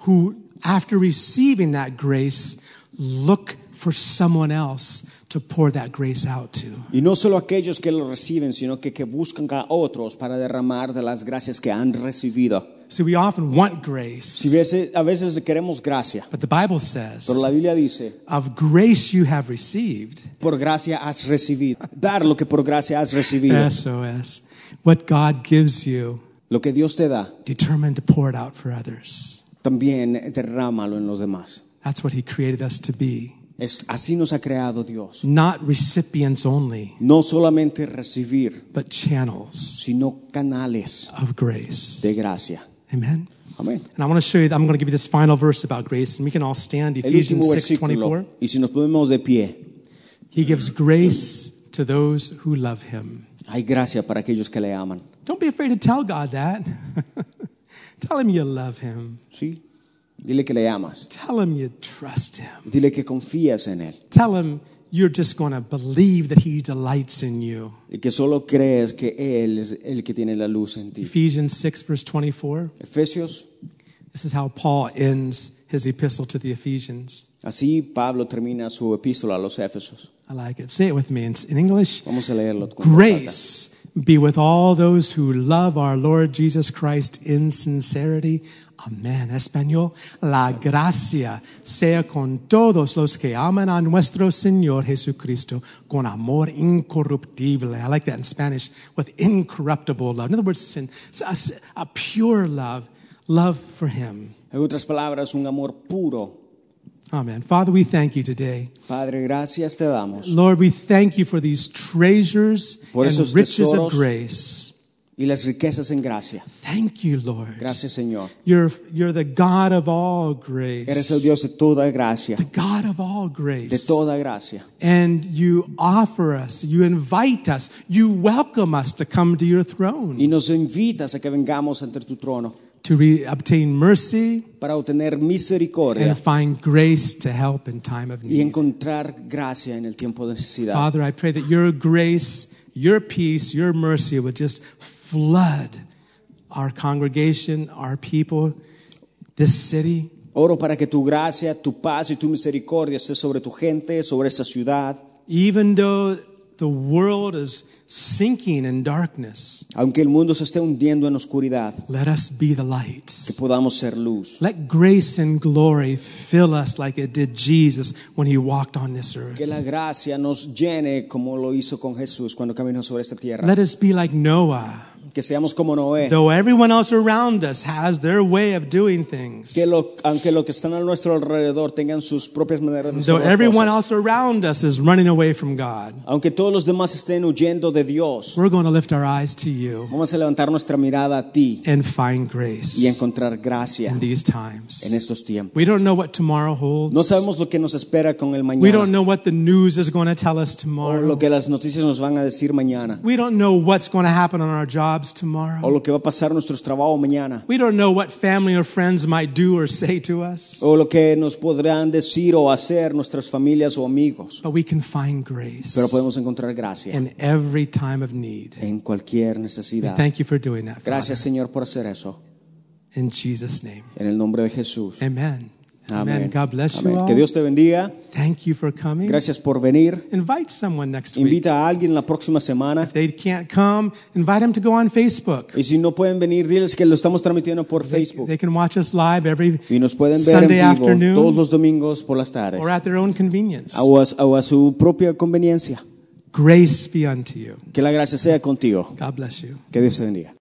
Speaker 3: who after receiving that grace, look for someone else to pour that grace out to.
Speaker 4: Y no solo aquellos que lo reciben, sino que, que buscan a otros para derramar de las gracias que han recibido.
Speaker 3: So we often want
Speaker 4: Si
Speaker 3: grace,
Speaker 4: veces- a veces queremos gracia,
Speaker 3: but the Bible
Speaker 4: pero la
Speaker 3: says,
Speaker 4: Biblia dice,
Speaker 3: of grace you have received.
Speaker 4: por gracia has recibido. Dar lo que por gracia has recibido.
Speaker 3: SOS. What God gives you,
Speaker 4: Lo que Dios te da,
Speaker 3: determined to pour it out for others.
Speaker 4: también derrámalo en los demás.
Speaker 3: That's what He created us to be.
Speaker 4: Es- así nos ha creado Dios.
Speaker 3: Not recipients only,
Speaker 4: No solamente recibir,
Speaker 3: but channels
Speaker 4: sino canales
Speaker 3: of grace.
Speaker 4: de gracia.
Speaker 3: Amen.
Speaker 4: Amén.
Speaker 3: And I want to show you, I'm going to give you this final verse about grace, and we can all stand.
Speaker 4: El último
Speaker 3: Ephesians 6 24.
Speaker 4: versículo. Y si nos ponemos de pie,
Speaker 3: He gives grace to those who love Him.
Speaker 4: hay gracia para aquellos que le aman.
Speaker 3: Don't be afraid to tell God that. tell Him you love Him,
Speaker 4: Sí. Dile que le amas.
Speaker 3: tell Him you trust Him.
Speaker 4: Dile que confías en Él.
Speaker 3: Tell him you're just going to believe that he delights in you.
Speaker 4: Y que solo crees que Él es el que tiene la luz en ti.
Speaker 3: Ephesians 6, verse 24.
Speaker 4: Efesios,
Speaker 3: This is how Paul ends his epistle to the Ephesians.
Speaker 4: así Pablo termina su epístola a los Éfesos.
Speaker 3: I like it. Say it with me in, in English.
Speaker 4: Vamos a leerlo. con voz alta.
Speaker 3: Grace be with all those who love our Lord Jesus Christ in sincerity. Amén. Español. La gracia sea con todos los que aman a nuestro Señor Jesucristo con amor incorruptible. I like that in Spanish. With incorruptible love. In other words, sin, a, a pure love. Love for Him.
Speaker 4: En otras palabras, un amor puro.
Speaker 3: Amen. Father, we thank you today.
Speaker 4: Padre, gracias te damos.
Speaker 3: Lord, we thank you for these treasures
Speaker 4: Por
Speaker 3: and
Speaker 4: esos
Speaker 3: riches
Speaker 4: tesoros.
Speaker 3: of grace.
Speaker 4: Y las riquezas en gracia.
Speaker 3: Thank you, Lord.
Speaker 4: Gracias, Señor.
Speaker 3: You're, you're the God of all grace.
Speaker 4: Eres el Dios de toda gracia.
Speaker 3: The God of all grace.
Speaker 4: De toda gracia.
Speaker 3: and you offer us, you invite us, you welcome us to come to your throne,
Speaker 4: Y nos invitas a que vengamos ante tu trono.
Speaker 3: to re- obtain mercy
Speaker 4: para obtener
Speaker 3: and
Speaker 4: misericordia
Speaker 3: find grace to help in time of
Speaker 4: y
Speaker 3: need.
Speaker 4: encontrar gracia en el tiempo de necesidad.
Speaker 3: Father, I pray that your grace, your peace, your mercy would just flood our congregation, our people, this city.
Speaker 4: Oro para que tu gracia, tu paz y tu misericordia esté sobre tu gente, sobre esta ciudad.
Speaker 3: Even though the world is sinking in darkness,
Speaker 4: Aunque el mundo se esté hundiendo en oscuridad,
Speaker 3: let us be the
Speaker 4: que
Speaker 3: lights.
Speaker 4: podamos ser luz.
Speaker 3: Let grace and glory fill us like it did Jesus when he walked on this earth.
Speaker 4: Que la gracia nos llene como lo hizo con Jesús cuando caminó sobre esta tierra.
Speaker 3: Let us be like Noah.
Speaker 4: Que seamos como Noé.
Speaker 3: Though everyone else around us has their way of doing things,
Speaker 4: Que lo- aunque los que están a nuestro alrededor tengan sus propias maneras de
Speaker 3: though
Speaker 4: hacer las
Speaker 3: everyone
Speaker 4: cosas,
Speaker 3: else around us is running away from God,
Speaker 4: aunque todos los demás estén huyendo de Dios,
Speaker 3: we're going to lift our eyes to you
Speaker 4: vamos a levantar nuestra mirada a ti
Speaker 3: and find
Speaker 4: y
Speaker 3: grace
Speaker 4: encontrar gracia
Speaker 3: in these
Speaker 4: en
Speaker 3: times.
Speaker 4: estos tiempos.
Speaker 3: We don't know what tomorrow
Speaker 4: No
Speaker 3: holds.
Speaker 4: sabemos lo que nos espera con el
Speaker 3: We don't
Speaker 4: mañana
Speaker 3: know what the news is going to tell us
Speaker 4: o lo
Speaker 3: tomorrow.
Speaker 4: que las noticias nos van a decir mañana
Speaker 3: We don't know what's going to happen on our jobs
Speaker 4: o
Speaker 3: tomorrow.
Speaker 4: lo que va a pasar en nuestros trabajos mañana
Speaker 3: We don't know what family or friends might do or say to us,
Speaker 4: o lo que nos podrán decir o hacer nuestras familias o amigos,
Speaker 3: but we can find
Speaker 4: pero
Speaker 3: grace
Speaker 4: podemos encontrar gracia
Speaker 3: in every time of need.
Speaker 4: en cualquier
Speaker 3: We
Speaker 4: necesidad.
Speaker 3: thank you for doing that. Father.
Speaker 4: Gracias Señor por hacer eso.
Speaker 3: In Jesus' name.
Speaker 4: En el nombre de Jesús.
Speaker 3: Amen. Amen.
Speaker 4: Amén.
Speaker 3: God bless
Speaker 4: Amén.
Speaker 3: you all.
Speaker 4: Que Dios te bendiga.
Speaker 3: Thank you for coming.
Speaker 4: Gracias por venir.
Speaker 3: Invite someone next week.
Speaker 4: Invita a alguien la próxima semana.
Speaker 3: If they can't come, invite them to go on Facebook.
Speaker 4: Y si no pueden venir, diles que lo estamos transmitiendo por Facebook.
Speaker 3: They can watch us live every
Speaker 4: Y nos pueden ver
Speaker 3: Sunday
Speaker 4: en vivo
Speaker 3: afternoon
Speaker 4: todos los domingos por las tardes.
Speaker 3: or at their own convenience.
Speaker 4: O a, o a su propia conveniencia.
Speaker 3: Grace be unto you.
Speaker 4: Que la gracia sea contigo.
Speaker 3: God bless you.
Speaker 4: Que Dios te bendiga.